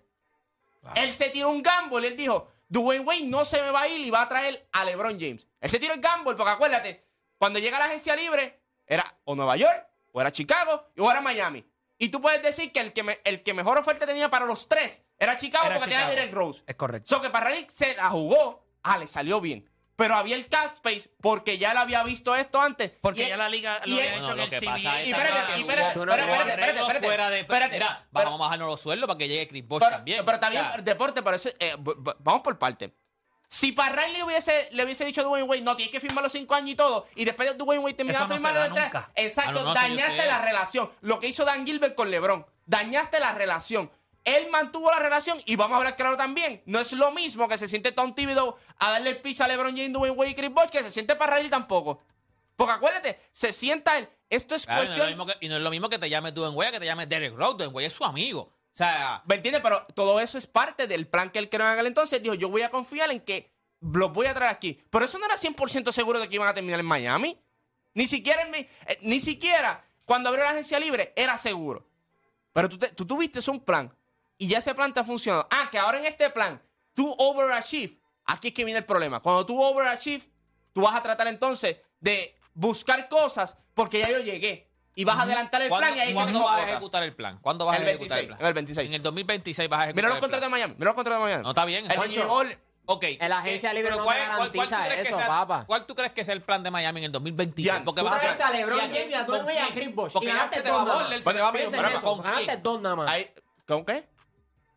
Speaker 7: Él se tiró un gamble, él dijo, Dwayne Wade no se me va a ir y va a traer a LeBron James. Él se tiró el gamble porque acuérdate, cuando llega la agencia libre era o Nueva York, o era Chicago, o era Miami. Y tú puedes decir que el que, me- el que mejor oferta tenía para los tres era Chicago
Speaker 4: Era
Speaker 7: porque tenía
Speaker 4: Chicago.
Speaker 7: Derrick Rose.
Speaker 4: Es correcto.
Speaker 7: So que Parrelli se la jugó. Ah, le salió bien. Pero había el cap space porque ya él había visto esto antes.
Speaker 9: Porque
Speaker 7: Y-
Speaker 9: ya la liga lo
Speaker 7: y-
Speaker 9: había
Speaker 7: no,
Speaker 9: hecho en
Speaker 6: lo
Speaker 9: el
Speaker 6: que pasa es
Speaker 7: Y
Speaker 9: CBA.
Speaker 7: espérate,
Speaker 6: que
Speaker 7: y
Speaker 6: hubo-
Speaker 7: espérate,
Speaker 6: hubo
Speaker 7: espérate, espérate,
Speaker 6: arreglos
Speaker 7: espérate, espérate,
Speaker 6: fuera de-
Speaker 7: espérate,
Speaker 6: Mira,
Speaker 7: espérate.
Speaker 6: vamos a bajarnos los sueldos para que llegue Chris Bosh
Speaker 7: pero,
Speaker 6: también.
Speaker 7: Pero también,
Speaker 6: O sea,
Speaker 7: deporte, pero eso, eh, b- b- vamos por parte. Si para Riley hubiese, le hubiese dicho a Dwayne Wade, no, tienes que firmar los cinco años y todo, y después de Dwayne Wade terminaba
Speaker 9: Eso no se
Speaker 7: firmando
Speaker 9: da
Speaker 7: el tres,
Speaker 9: nunca.
Speaker 7: Exacto,
Speaker 6: Ah, no, no, sí, yo
Speaker 7: dañaste
Speaker 6: sé.
Speaker 7: la relación. Lo que hizo Dan Gilbert con LeBron, dañaste la relación. Él mantuvo la relación y vamos a hablar claro también. No es lo mismo que se siente Tom Thibodeau a darle el pitch a LeBron James, Dwayne Wade y Chris Bosh que se siente para Riley tampoco. Porque acuérdate, se sienta él. Esto es
Speaker 6: claro, y no es lo
Speaker 7: cuestión
Speaker 6: mismo que- y no es lo mismo que te llames Duen Wade que te llames Derek Rose. Duen Wade es su amigo. O sea,
Speaker 7: ¿Me entiendes? Pero todo eso es parte del plan que él creó en aquel entonces. Dijo, yo voy a confiar en que los voy a traer aquí. Pero eso no era 100% seguro de que iban a terminar en Miami. Ni siquiera, en mi- eh, ni siquiera cuando abrió la agencia libre era seguro. Pero tú, te- tú tuviste un plan y ya ese plan te ha funcionado. Ah, que ahora en este plan tú overachieve. Aquí es que viene el problema. Cuando tú overachieve, tú vas a tratar entonces de buscar cosas porque ya yo llegué. Y vas a adelantar el
Speaker 6: ¿cuándo,
Speaker 7: plan y ahí es que
Speaker 6: ¿cuándo
Speaker 7: tengo
Speaker 6: vas a
Speaker 7: cuota.
Speaker 6: ejecutar el plan? ¿Cuándo vas
Speaker 7: El
Speaker 6: a ejecutar
Speaker 7: 26,
Speaker 6: el plan?
Speaker 7: el 26.
Speaker 6: En el 2026 vas a ejecutar
Speaker 7: Mira los
Speaker 6: el plan.
Speaker 7: contratos de Miami. Mira los contratos de Miami.
Speaker 6: No, está bien.
Speaker 7: El
Speaker 6: Juancho.
Speaker 7: New Orleans-
Speaker 6: Ok.
Speaker 5: El agencia
Speaker 6: ¿qué-
Speaker 5: libre
Speaker 6: pero
Speaker 5: no te
Speaker 6: tú
Speaker 5: garantiza
Speaker 6: crees que
Speaker 5: eso,
Speaker 6: sea-
Speaker 5: papá.
Speaker 6: ¿Cuál tú crees que sea el plan de Miami en el 2026?
Speaker 7: Jan,
Speaker 6: porque
Speaker 7: tú
Speaker 6: vas a
Speaker 5: trajiste a LeBron James y a Dwayne
Speaker 6: ¿con
Speaker 5: Wade y a
Speaker 6: quién?
Speaker 5: Chris Bosh. Y
Speaker 6: Porque
Speaker 5: ganaste
Speaker 6: ganaste te va a
Speaker 5: todo.
Speaker 6: Butler, se
Speaker 7: Bueno,
Speaker 6: te va a
Speaker 7: papi,
Speaker 6: Pippen,
Speaker 7: pero-
Speaker 6: ¿con
Speaker 5: Ganaste
Speaker 6: quién?
Speaker 5: dos nada más.
Speaker 7: Ahí- ¿Con qué?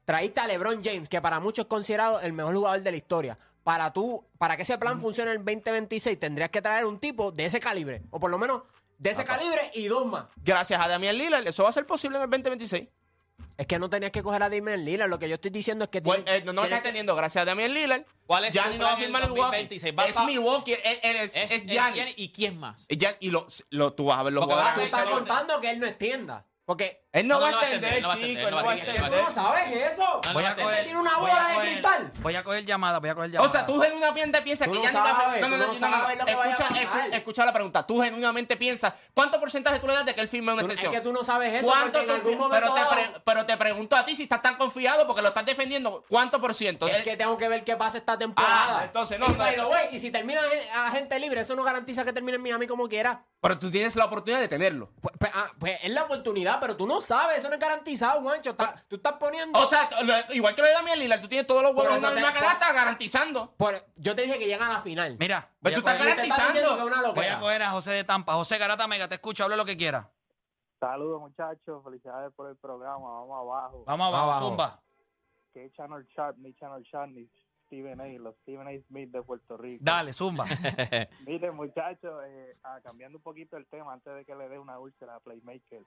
Speaker 5: Traíste a LeBron James, que para muchos es considerado el mejor jugador de la historia. Para tú, para que ese plan funcione en el 2026, tendrías que traer un tipo de ese calibre. O por lo menos de ese calibre y dos más.
Speaker 7: Gracias a Damián Lillard, eso va a ser posible en el 2026.
Speaker 5: Es que no tenías que coger a Damian Lillard. Lo que yo estoy diciendo es que...
Speaker 7: Bueno,
Speaker 5: tiene-
Speaker 7: eh, no, no
Speaker 5: tienes
Speaker 7: me estás
Speaker 5: que-
Speaker 7: entendiendo. Gracias a Damián Lillard.
Speaker 6: ¿Cuál es
Speaker 7: Gianni
Speaker 6: tu
Speaker 7: no va a
Speaker 6: plan en
Speaker 7: firmar en Milwaukee.
Speaker 6: 2026? Va
Speaker 7: Es
Speaker 6: pa-
Speaker 7: Milwaukee. Es, es, es,
Speaker 6: Es-
Speaker 7: es
Speaker 6: es
Speaker 7: Giannis.
Speaker 6: Giannis. ¿Y quién más?
Speaker 7: Y ya- y lo, lo- tú vas a ver los
Speaker 6: Porque vas a
Speaker 5: Tú
Speaker 7: jugadores.
Speaker 5: estás
Speaker 6: Sí, sí, sí.
Speaker 5: contando que él no extienda. Porque...
Speaker 7: Él no,
Speaker 6: No,
Speaker 7: va
Speaker 6: no
Speaker 7: a entender,
Speaker 6: no va a
Speaker 7: chico.
Speaker 6: entender,
Speaker 7: Él no va a entender.
Speaker 5: ¿Cómo sabes eso?
Speaker 6: No, no
Speaker 9: Voy
Speaker 6: va
Speaker 9: a
Speaker 6: a tener.
Speaker 9: coger.
Speaker 5: tiene una
Speaker 9: voy a
Speaker 5: bola de
Speaker 9: coger-
Speaker 5: cristal.
Speaker 9: Voy a coger llamada, voy a coger llamada.
Speaker 7: O sea, tú genuinamente piensas
Speaker 5: Tú
Speaker 7: que
Speaker 5: no
Speaker 7: Giannis va a
Speaker 5: sabes,
Speaker 7: No, no,
Speaker 5: tú
Speaker 7: no,
Speaker 5: no
Speaker 7: no,
Speaker 5: sabes
Speaker 7: no.
Speaker 5: lo que vaya a
Speaker 7: Escucha,
Speaker 5: pasar.
Speaker 7: escu- escucha la pregunta. Tú genuinamente piensas, ¿cuánto porcentaje tú le das de que él este firme una
Speaker 5: Tú no-
Speaker 7: extensión?
Speaker 5: es que tú no sabes eso,
Speaker 7: ¿Cuánto
Speaker 5: porque en
Speaker 7: tú-
Speaker 5: algún
Speaker 7: pero,
Speaker 5: momento
Speaker 7: te
Speaker 5: dado-
Speaker 7: pre- pero te pregunto a ti si estás tan confiado porque lo estás defendiendo. ¿Cuánto por ciento?
Speaker 5: Es que tengo que ver qué pasa esta temporada.
Speaker 7: Ah, entonces no,
Speaker 5: Y,
Speaker 7: no.
Speaker 5: by the way, y si termina a gente libre, eso no garantiza que termine en Miami como quiera.
Speaker 7: Pero tú tienes la oportunidad de tenerlo.
Speaker 5: Pues, pues, ah, pues es la oportunidad, pero tú no sabes, eso no es garantizado, guancho. Está- tú estás poniendo.
Speaker 7: O sea, lo- igual que lo de Damián Lillard, tú tienes todos los
Speaker 5: Por
Speaker 7: huevos en
Speaker 5: eso
Speaker 7: una
Speaker 5: te-
Speaker 7: misma canasta garantizando.
Speaker 5: Por- yo te dije que llegan a la final.
Speaker 9: Mira,
Speaker 7: Pero
Speaker 9: voy
Speaker 7: tú
Speaker 9: a,
Speaker 7: estás
Speaker 9: coger,
Speaker 5: Te estás diciendo que es
Speaker 7: garantizando.
Speaker 5: una
Speaker 9: voy a
Speaker 5: locura.
Speaker 9: coger a José de Tampa. José Garata Mega, te escucho, habla lo que quiera.
Speaker 3: Saludos muchachos, felicidades por el programa, vamos abajo.
Speaker 9: Vamos abajo,
Speaker 5: Abajo.
Speaker 9: zumba.
Speaker 3: Que Channel Sharp, ni Channel Sharp, ni Steven A, los Steven A. Smith de Puerto Rico.
Speaker 9: Dale, zumba.
Speaker 3: Miren muchachos, eh, ah, cambiando un poquito el tema antes de que le dé una úlcera a Playmaker.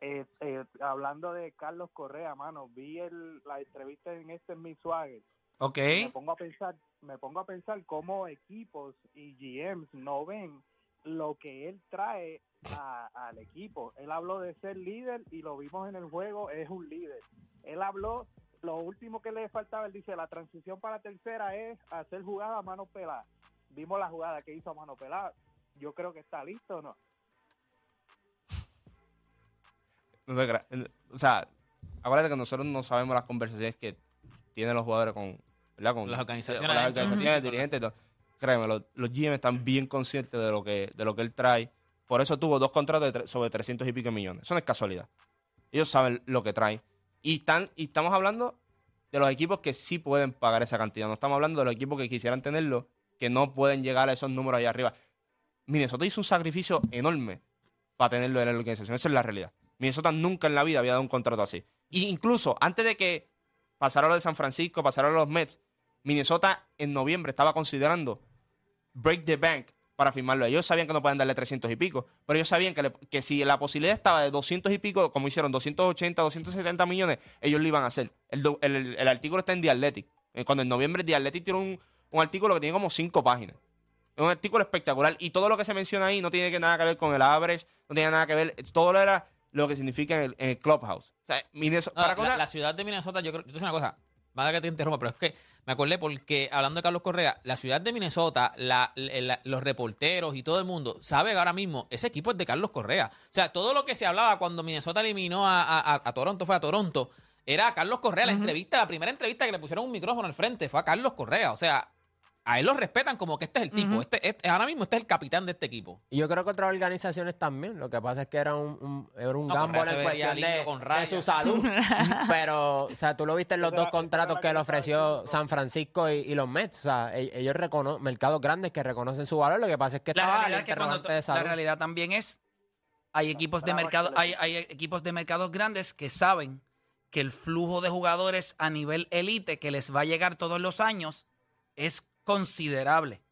Speaker 3: Eh, eh, hablando de Carlos Correa, mano, vi el, la entrevista en este en mi Swagger.
Speaker 9: ok.
Speaker 3: Y me pongo a pensar me pongo a pensar cómo equipos y GMs no ven lo que él trae a- al equipo él habló de ser líder y lo vimos en el juego es un líder él habló lo último que le faltaba él dice la transición para tercera es hacer jugada a mano pelada vimos la jugada que hizo a mano pelada yo creo que está listo ¿o no
Speaker 7: No te crea- O sea, acuérdate que nosotros no sabemos las conversaciones que tienen los jugadores con, ¿verdad? con
Speaker 6: Las organizaciones.
Speaker 7: con las organizaciones, dirigentes. y todo. Créeme, los, los GM están bien conscientes de lo que de lo que él trae. Por eso tuvo dos contratos de tre- sobre 300 y pico millones. Eso no es casualidad. Ellos saben lo que traen. Y, están, y estamos hablando de los equipos que sí pueden pagar esa cantidad. No estamos hablando de los equipos que quisieran tenerlo, que no pueden llegar a esos números allá arriba. Minnesota hizo un sacrificio enorme para tenerlo en la organización. Esa es la realidad. Minnesota nunca en la vida había dado un contrato así. Y incluso antes de que pasara lo de San Francisco, pasara lo de los Mets, Minnesota en noviembre estaba considerando break the bank para firmarlo. Ellos sabían que no pueden darle 300 y pico, pero ellos sabían que, le- que si la posibilidad estaba de 200 y pico, como hicieron 280, 270 millones, ellos lo iban a hacer. El, do- el- el- el artículo está en The Athletic. Eh, Cuando en noviembre The Athletic tiró un, un artículo que tiene como cinco páginas. Es un artículo espectacular y todo lo que se menciona ahí no tiene que nada que ver con el average, no tiene nada que ver, todo lo era lo que significa en el, en el clubhouse. O sea, Minnesota,
Speaker 6: No,
Speaker 7: para
Speaker 6: Ah, la,
Speaker 7: contar-
Speaker 6: la ciudad de Minnesota, yo creo, yo te digo una cosa, mala que te interrumpa, pero es que me acordé porque hablando de Carlos Correa, la ciudad de Minnesota, la- la- los reporteros y todo el mundo sabe que ahora mismo ese equipo es de Carlos Correa. O sea, todo lo que se hablaba cuando Minnesota eliminó a, a- a- a Toronto fue a Toronto. Era a Carlos Correa, la entrevista, la primera entrevista que le pusieron un micrófono al frente fue a Carlos Correa. O sea, a él lo respetan como que este es el tipo. este, este- ahora mismo este es el capitán de este equipo.
Speaker 5: Y yo creo que otras organizaciones también. Lo que pasa es que era un, un, era un
Speaker 6: No, con
Speaker 5: gamble
Speaker 6: razón
Speaker 5: en
Speaker 6: se veía
Speaker 5: cuestión de,
Speaker 6: lindo, con
Speaker 5: de
Speaker 6: rayas.
Speaker 5: su salud. Pero, o sea, tú lo viste en los
Speaker 3: Esa-
Speaker 5: dos
Speaker 3: esa
Speaker 5: contratos
Speaker 3: era
Speaker 5: que
Speaker 3: la
Speaker 5: le
Speaker 3: que estaba
Speaker 5: ofreció
Speaker 3: diciendo.
Speaker 5: San Francisco y, y los Mets. O sea, e- ellos reconocen, mercados grandes que reconocen su valor. Lo que pasa es que
Speaker 4: la
Speaker 5: estaba el
Speaker 4: realidad, es que cuando
Speaker 5: interrogante
Speaker 4: to-
Speaker 5: de
Speaker 4: la
Speaker 5: salud.
Speaker 4: realidad también es hay equipos de
Speaker 3: brava,
Speaker 4: mercado hay,
Speaker 3: excelente.
Speaker 4: hay equipos de mercados grandes que saben que el flujo de jugadores a nivel elite que les va a llegar todos los años es considerable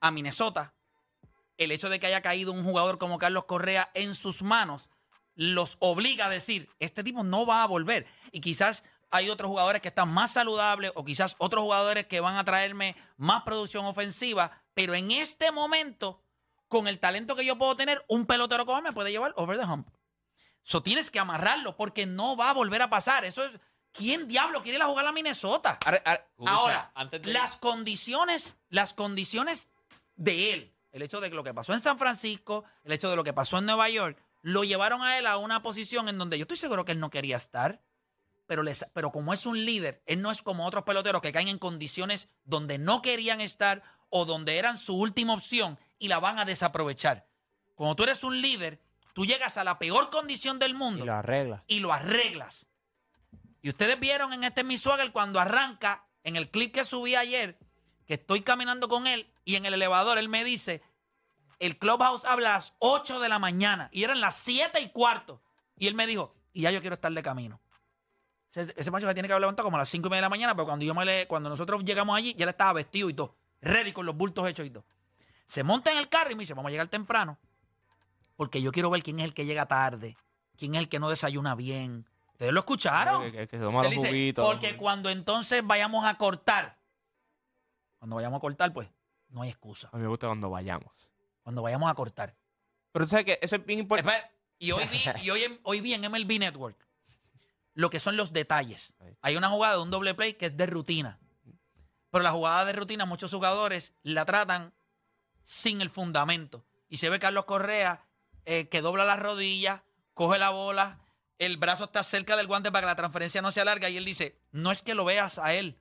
Speaker 4: a Minnesota el hecho de que haya caído un jugador como Carlos Correa en sus manos los obliga a decir, este tipo no va a volver. Y quizás hay otros jugadores que están más saludables o quizás otros jugadores que van a traerme más producción ofensiva, pero en este momento, con el talento que yo puedo tener, un pelotero como él me puede llevar over the hump. Eso tienes que amarrarlo porque no va a volver a pasar. Eso es, ¿quién diablo quiere ir a jugar a Minnesota?
Speaker 7: Ahora- ahora-
Speaker 6: Escucha,
Speaker 4: Ahora,
Speaker 6: antes de-
Speaker 4: las condiciones, las condiciones de él, el hecho de que lo que pasó en San Francisco, el hecho de lo que pasó en Nueva York, lo llevaron a él a una posición en donde yo estoy seguro que él no quería estar, pero, les- pero como es un líder, él no es como otros peloteros que caen en condiciones donde no querían estar o donde eran su última opción y la van a desaprovechar. Cuando tú eres un líder, tú llegas a la peor condición del
Speaker 5: Y
Speaker 4: mundo
Speaker 5: lo arregla.
Speaker 4: y lo arreglas. Y ustedes vieron en este Mi Swagger cuando arranca, en el clip que subí ayer, que estoy caminando con él y en el elevador él me dice, el Clubhouse habla a las 8 de la mañana y eran las 7 y cuarto. Y él me dijo, y ya yo quiero estar de camino. O sea, Ese macho se tiene que haber levantado como a las 5 y media de la mañana, pero cuando, yo me le- cuando nosotros llegamos allí, ya él estaba vestido y todo, ready con los bultos hechos y todo. Se monta en el carro y me dice, vamos a llegar temprano, porque yo quiero ver quién es el que llega tarde, quién es el que no desayuna bien. ¿Ustedes lo escucharon?
Speaker 7: Que, que- que se toma los
Speaker 4: Él dice,
Speaker 7: juguitos.
Speaker 4: Porque cuando entonces vayamos a cortar, cuando vayamos a cortar, pues no hay excusa.
Speaker 7: A mí me gusta cuando vayamos.
Speaker 4: Cuando vayamos a cortar.
Speaker 7: Pero tú sabes que eso es bien importante.
Speaker 4: Después, y hoy vi, y hoy, en- hoy vi en MLB Network lo que son los detalles. Hay una jugada de un doble play que es de rutina. Pero la jugada de rutina, muchos jugadores la tratan sin el fundamento. Y se ve Carlos Correa eh, que dobla las rodillas, coge la bola, el brazo está cerca del guante para que la transferencia no se alarga. Y él dice: No es que lo veas a él,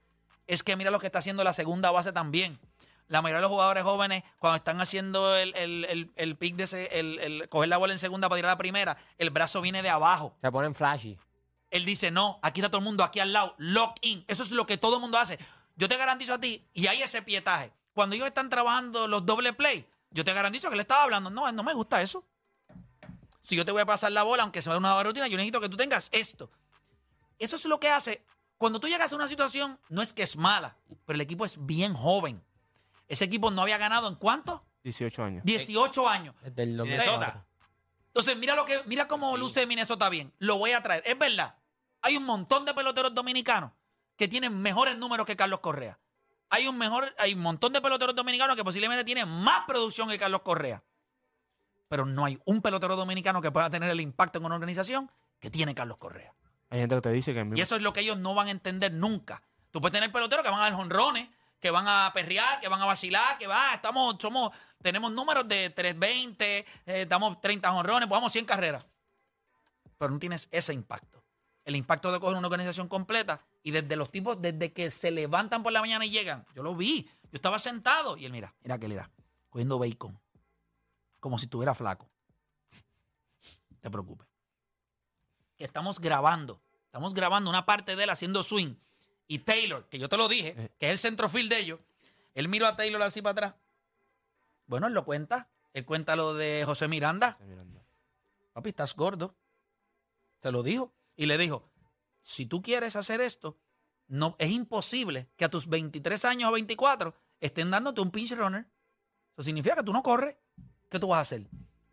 Speaker 4: es que mira lo que está haciendo la segunda base también. La mayoría de los jugadores jóvenes, cuando están haciendo el, el, el- el pick de ese- el- el coger la bola en segunda para tirar a la primera, el brazo viene de abajo.
Speaker 5: Se ponen flashy.
Speaker 4: Él dice, no, aquí está todo el mundo, aquí al lado, lock in. Eso es lo que todo el mundo hace. Yo te garantizo a ti, y hay ese pietaje. Cuando ellos están trabajando los doble play, yo te garantizo que le estaba hablando, no, no me gusta eso. Si yo te voy a pasar la bola, aunque sea una rutina, yo necesito que tú tengas esto. Eso es lo que hace. Cuando tú llegas a una situación, no es que es mala, pero el equipo es bien joven. Ese equipo no había ganado en cuánto?
Speaker 7: 18 años.
Speaker 4: 18 años.
Speaker 5: Desde el
Speaker 6: Minnesota.
Speaker 5: 2004.
Speaker 4: Entonces, mira lo que, mira cómo luce Minnesota bien. Lo voy a traer. Es verdad. Hay un montón de peloteros dominicanos que tienen mejores números que Carlos Correa. Hay un mejor, hay un montón de peloteros dominicanos que posiblemente tienen más producción que Carlos Correa. Pero no hay un pelotero dominicano que pueda tener el impacto en una organización que tiene Carlos Correa.
Speaker 7: Hay gente que te dice que en mi-
Speaker 4: Y eso es lo que ellos no van a entender nunca. Tú puedes tener peloteros que van a dar jonrones, que van a perrear, que van a vacilar, que va, estamos, somos, tenemos números de 320, eh, damos 30 jonrones, pues vamos 100 carreras. Pero no tienes ese impacto. El impacto de coger una organización completa y desde los tipos, desde que se levantan por la mañana y llegan, yo lo vi, yo estaba sentado y él mira, mira que él era, cogiendo bacon, como si estuviera flaco. No Te preocupes. Que estamos grabando. Estamos grabando una parte de él haciendo swing. Y Taylor, que yo te lo dije,
Speaker 7: Eh.
Speaker 4: que es el centrofil de ellos, él miró a Taylor así para atrás. Bueno, él lo cuenta. Él cuenta lo de José Miranda. Papi, estás gordo. Se lo dijo. Y le dijo, si tú quieres hacer esto, no, es imposible que a tus 23 años o 24 estén dándote un pinch runner. Eso significa que tú no corres. ¿Qué tú vas a hacer?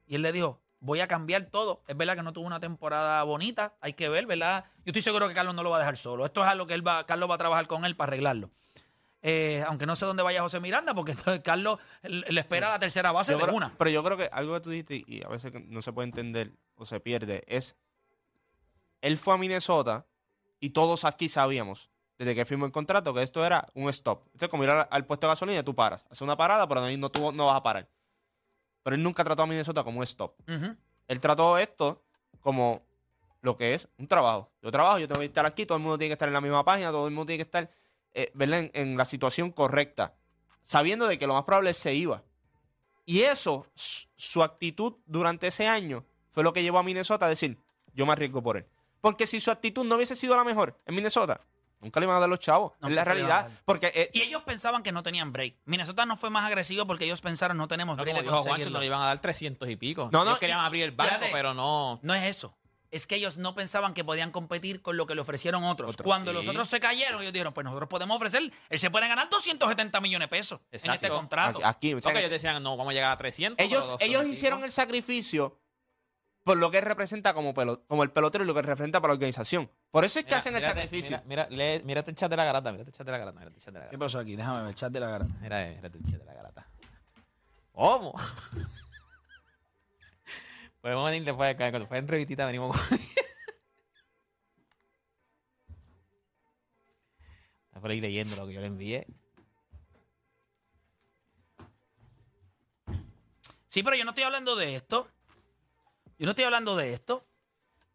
Speaker 4: Y él le dijo, voy a cambiar todo. Es verdad que no tuvo una temporada bonita, hay que ver, ¿verdad? Yo estoy seguro que Carlos no lo va a dejar solo. Esto es algo que él va, Carlos va a trabajar con él para arreglarlo. Eh, aunque no sé dónde vaya José Miranda, porque entonces Carlos le le espera la tercera base
Speaker 7: Yo
Speaker 4: de
Speaker 7: creo-
Speaker 4: una.
Speaker 7: Pero yo creo que algo que tú dijiste y a veces que no se puede entender o se pierde es. Él fue a Minnesota y todos aquí sabíamos, desde que firmó el contrato, que esto era un stop. Esto es como ir al, al puesto de gasolina y tú paras. Haces una parada, pero ahí no, tú, no vas a parar. Pero él nunca trató a Minnesota como un stop.
Speaker 4: Ujú.
Speaker 7: Él trató esto como lo que es un trabajo. Yo trabajo, yo tengo que estar aquí, todo el mundo tiene que estar en la misma página, todo el mundo tiene que estar eh, ¿verdad? En, en la situación correcta. sabiendo de que lo más probable se iba. Y eso, su su actitud durante ese año, fue lo que llevó a Minnesota a decir, yo me arriesgo por él. Porque si su actitud no hubiese sido la mejor en Minnesota, nunca le iban a dar los chavos.
Speaker 4: No,
Speaker 7: es la
Speaker 4: nunca se le iban a
Speaker 7: realidad.
Speaker 4: dar.
Speaker 7: Porque eh,
Speaker 4: Y ellos pensaban que no tenían break. Minnesota no fue más agresivo porque ellos pensaron no tenemos
Speaker 6: No,
Speaker 4: break.
Speaker 6: como
Speaker 4: de
Speaker 6: dijo Juancho,
Speaker 4: conseguirlo".
Speaker 6: no le iban a dar 300 y pico.
Speaker 4: No,
Speaker 6: No,
Speaker 4: no,
Speaker 6: Ellos querían
Speaker 4: y-
Speaker 6: abrir el banco,
Speaker 4: espérate.
Speaker 6: pero no.
Speaker 4: No es eso. Es que ellos no pensaban que podían competir con lo que le ofrecieron otros.
Speaker 6: Otros,
Speaker 4: Cuando
Speaker 6: sí.
Speaker 4: los otros se cayeron, ellos dijeron, pues nosotros podemos ofrecer, él se puede ganar 270 millones de pesos en este
Speaker 6: Exacto.
Speaker 4: contrato.
Speaker 7: aquí, o sea,
Speaker 6: Ok, ellos decían, no, vamos a llegar a 300.
Speaker 7: ellos, ellos hicieron el sacrificio por lo que representa como, pelo- como el pelotero y lo que representa para la organización. Por eso es que hacen el sacrificio.
Speaker 6: Mira, mira, lee- mírate el chat de la garata, mírate el chat de la garata, mírate el chat de la garata.
Speaker 4: pasó aquí? Déjame ver el chat de la garata.
Speaker 6: Mira, eh, mírate el chat de la garata. ¿Cómo? Podemos venir después de cuando fue en revistita, venimos con. Está por ahí leyendo lo que yo le envié.
Speaker 4: Sí, pero yo no estoy hablando de esto. Yo no estoy hablando de esto.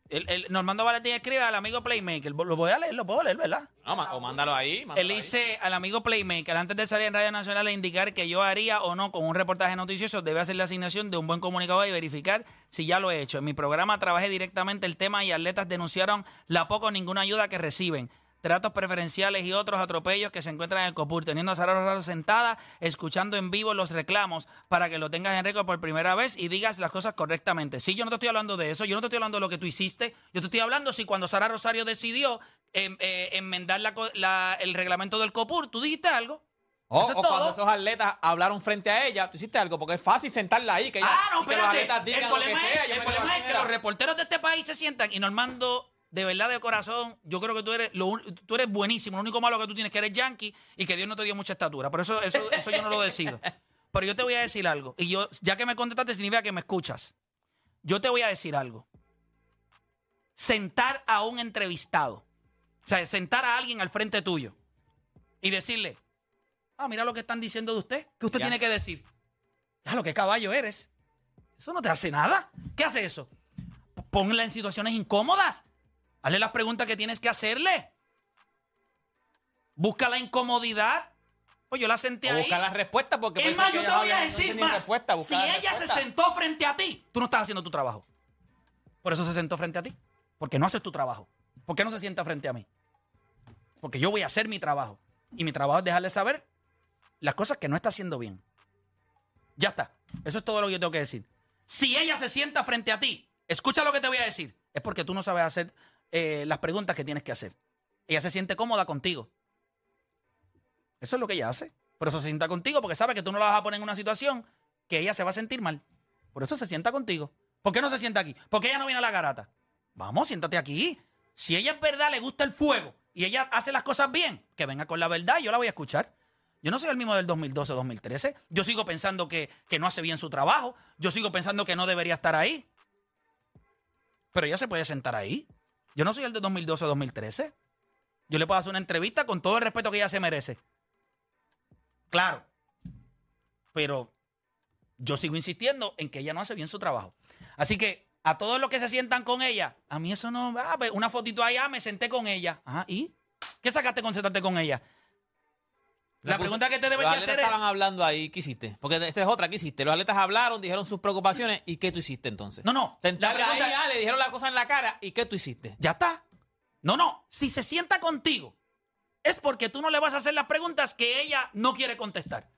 Speaker 4: El, el- Normando Valentín escribe al amigo Playmaker. Lo voy a leer, lo puedo leer, ¿verdad?
Speaker 6: No, ma- o mándalo ahí. mándalo
Speaker 4: Él
Speaker 6: ahí.
Speaker 4: dice al amigo Playmaker, antes de salir en Radio Nacional, a indicar que yo haría o no con un reportaje noticioso, debe hacer la asignación de un buen comunicador y verificar si ya lo he hecho. En mi programa trabajé directamente el tema y atletas denunciaron la poco o ninguna ayuda que reciben. Tratos preferenciales y otros atropellos que se encuentran en el COPUR, teniendo a Sara Rosado sentada, escuchando en vivo los reclamos para que lo tengas en récord por primera vez y digas las cosas correctamente. Sí, yo no te estoy hablando de eso, yo no te estoy hablando de lo que tú hiciste, yo te estoy hablando si cuando Sara Rosario decidió em- eh, enmendar la co- la- el reglamento del COPUR, tú dijiste algo.
Speaker 6: O,
Speaker 4: Eso es
Speaker 6: o
Speaker 4: todo.
Speaker 6: cuando esos atletas hablaron frente a ella, tú hiciste algo, porque es fácil sentarla ahí. Que ella,
Speaker 4: ah, no,
Speaker 6: y que los
Speaker 4: espérate.
Speaker 6: atletas digan
Speaker 4: el
Speaker 6: lo que
Speaker 4: problema,
Speaker 6: sea,
Speaker 4: es,
Speaker 6: yo
Speaker 4: el
Speaker 6: me
Speaker 4: problema es que
Speaker 6: quedo
Speaker 4: los
Speaker 6: afuera.
Speaker 4: reporteros de este país se sientan y Normando, de verdad, de corazón, yo creo que tú eres, lo un- tú eres buenísimo. Lo único malo que tú tienes es que eres yankee y que Dios no te dio mucha estatura. Por eso, eso, eso yo no lo decido. Pero yo te voy a decir algo. Y yo, ya que me contestaste, significa que me escuchas. Yo te voy a decir algo. Sentar a un entrevistado, o sea, sentar a alguien al frente tuyo y decirle, ah, mira lo que están diciendo de usted, que usted
Speaker 6: Ya.
Speaker 4: tiene que decir. Ya lo que caballo eres. Eso no te hace nada. ¿Qué hace eso? P- Ponla en situaciones incómodas. Hazle las preguntas que tienes que hacerle. Busca la incomodidad. Pues yo la senté
Speaker 6: O
Speaker 4: ahí.
Speaker 6: buscar las respuestas, porque puede
Speaker 4: Es
Speaker 6: ser
Speaker 4: más,
Speaker 6: que
Speaker 4: yo te
Speaker 6: ellos
Speaker 4: voy a
Speaker 6: hablen, no
Speaker 4: decir
Speaker 6: tienen
Speaker 4: más.
Speaker 6: respuesta,
Speaker 4: si
Speaker 6: buscar
Speaker 4: ella
Speaker 6: las
Speaker 4: se
Speaker 6: respuestas.
Speaker 4: sentó frente a ti, tú no estás haciendo tu trabajo. Por eso se sentó frente a ti. Porque no haces tu trabajo. ¿Por qué no se sienta frente a mí? Porque yo voy a hacer mi trabajo. Y mi trabajo es dejarle saber las cosas que no está haciendo bien. Ya está. Eso es todo lo que yo tengo que decir. Si ella se sienta frente a ti, escucha lo que te voy a decir. Es porque tú no sabes hacer eh, las preguntas que tienes que hacer. Ella se siente cómoda contigo. Eso es lo que ella hace. Por eso se sienta contigo, porque sabe que tú no la vas a poner en una situación que ella se va a sentir mal. Por eso se sienta contigo. ¿Por qué no se sienta aquí? ¿Por qué ella no viene a la garata? Vamos, siéntate aquí. Si ella es verdad, le gusta el fuego y ella hace las cosas bien, que venga con la verdad y yo la voy a escuchar. Yo no soy el mismo del 2012-2013. Yo sigo pensando que, que no hace bien su trabajo. Yo sigo pensando que no debería estar ahí. Pero ella se puede sentar ahí. Yo no soy el de 2012-2013. Yo le puedo hacer una entrevista con todo el respeto que ella se merece. Claro. Pero yo sigo insistiendo en que ella no hace bien su trabajo. Así que a todos los que se sientan con ella, a mí eso no. ah, pues, una fotito ahí, ah, me senté con ella. Ajá, ¿y? ¿Qué sacaste con sentarte con ella? La,
Speaker 6: Le puso-
Speaker 4: pregunta que te
Speaker 6: Los
Speaker 4: debes de
Speaker 6: atletas
Speaker 4: hacer es.
Speaker 6: estaban hablando ahí, ¿qué hiciste? Porque esa es otra, ¿qué hiciste? Los atletas hablaron, dijeron sus preocupaciones, ¿y qué tú hiciste entonces?
Speaker 4: No, no.
Speaker 6: Sentarla
Speaker 4: la pregunta-
Speaker 6: ahí, ah, le dijeron las cosas en la cara, ¿y qué tú hiciste?
Speaker 4: Ya está. No, no. Si se sienta contigo, es porque tú no le vas a hacer las preguntas que ella no quiere contestar.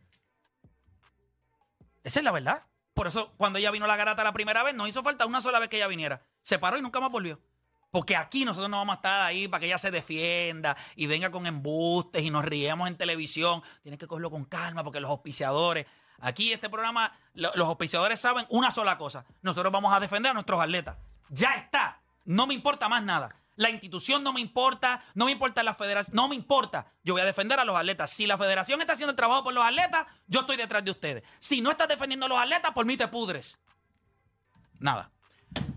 Speaker 4: Esa es la verdad. Por eso, cuando ella vino a la garata la primera vez, no hizo falta una sola vez que ella viniera. Se paró y nunca más volvió. Porque aquí nosotros no vamos a estar ahí para que ella se defienda y venga con embustes y nos riemos en televisión. Tienes que cogerlo con calma porque los auspiciadores. Aquí este programa, lo- los auspiciadores saben una sola cosa. Nosotros vamos a defender a nuestros atletas. Ya está. No me importa más nada. La institución no me importa, no me importa la federación, no me importa. Yo voy a defender a los atletas. Si la federación está haciendo el trabajo por los atletas, yo estoy detrás de ustedes. Si no estás defendiendo a los atletas, por mí te pudres. Nada.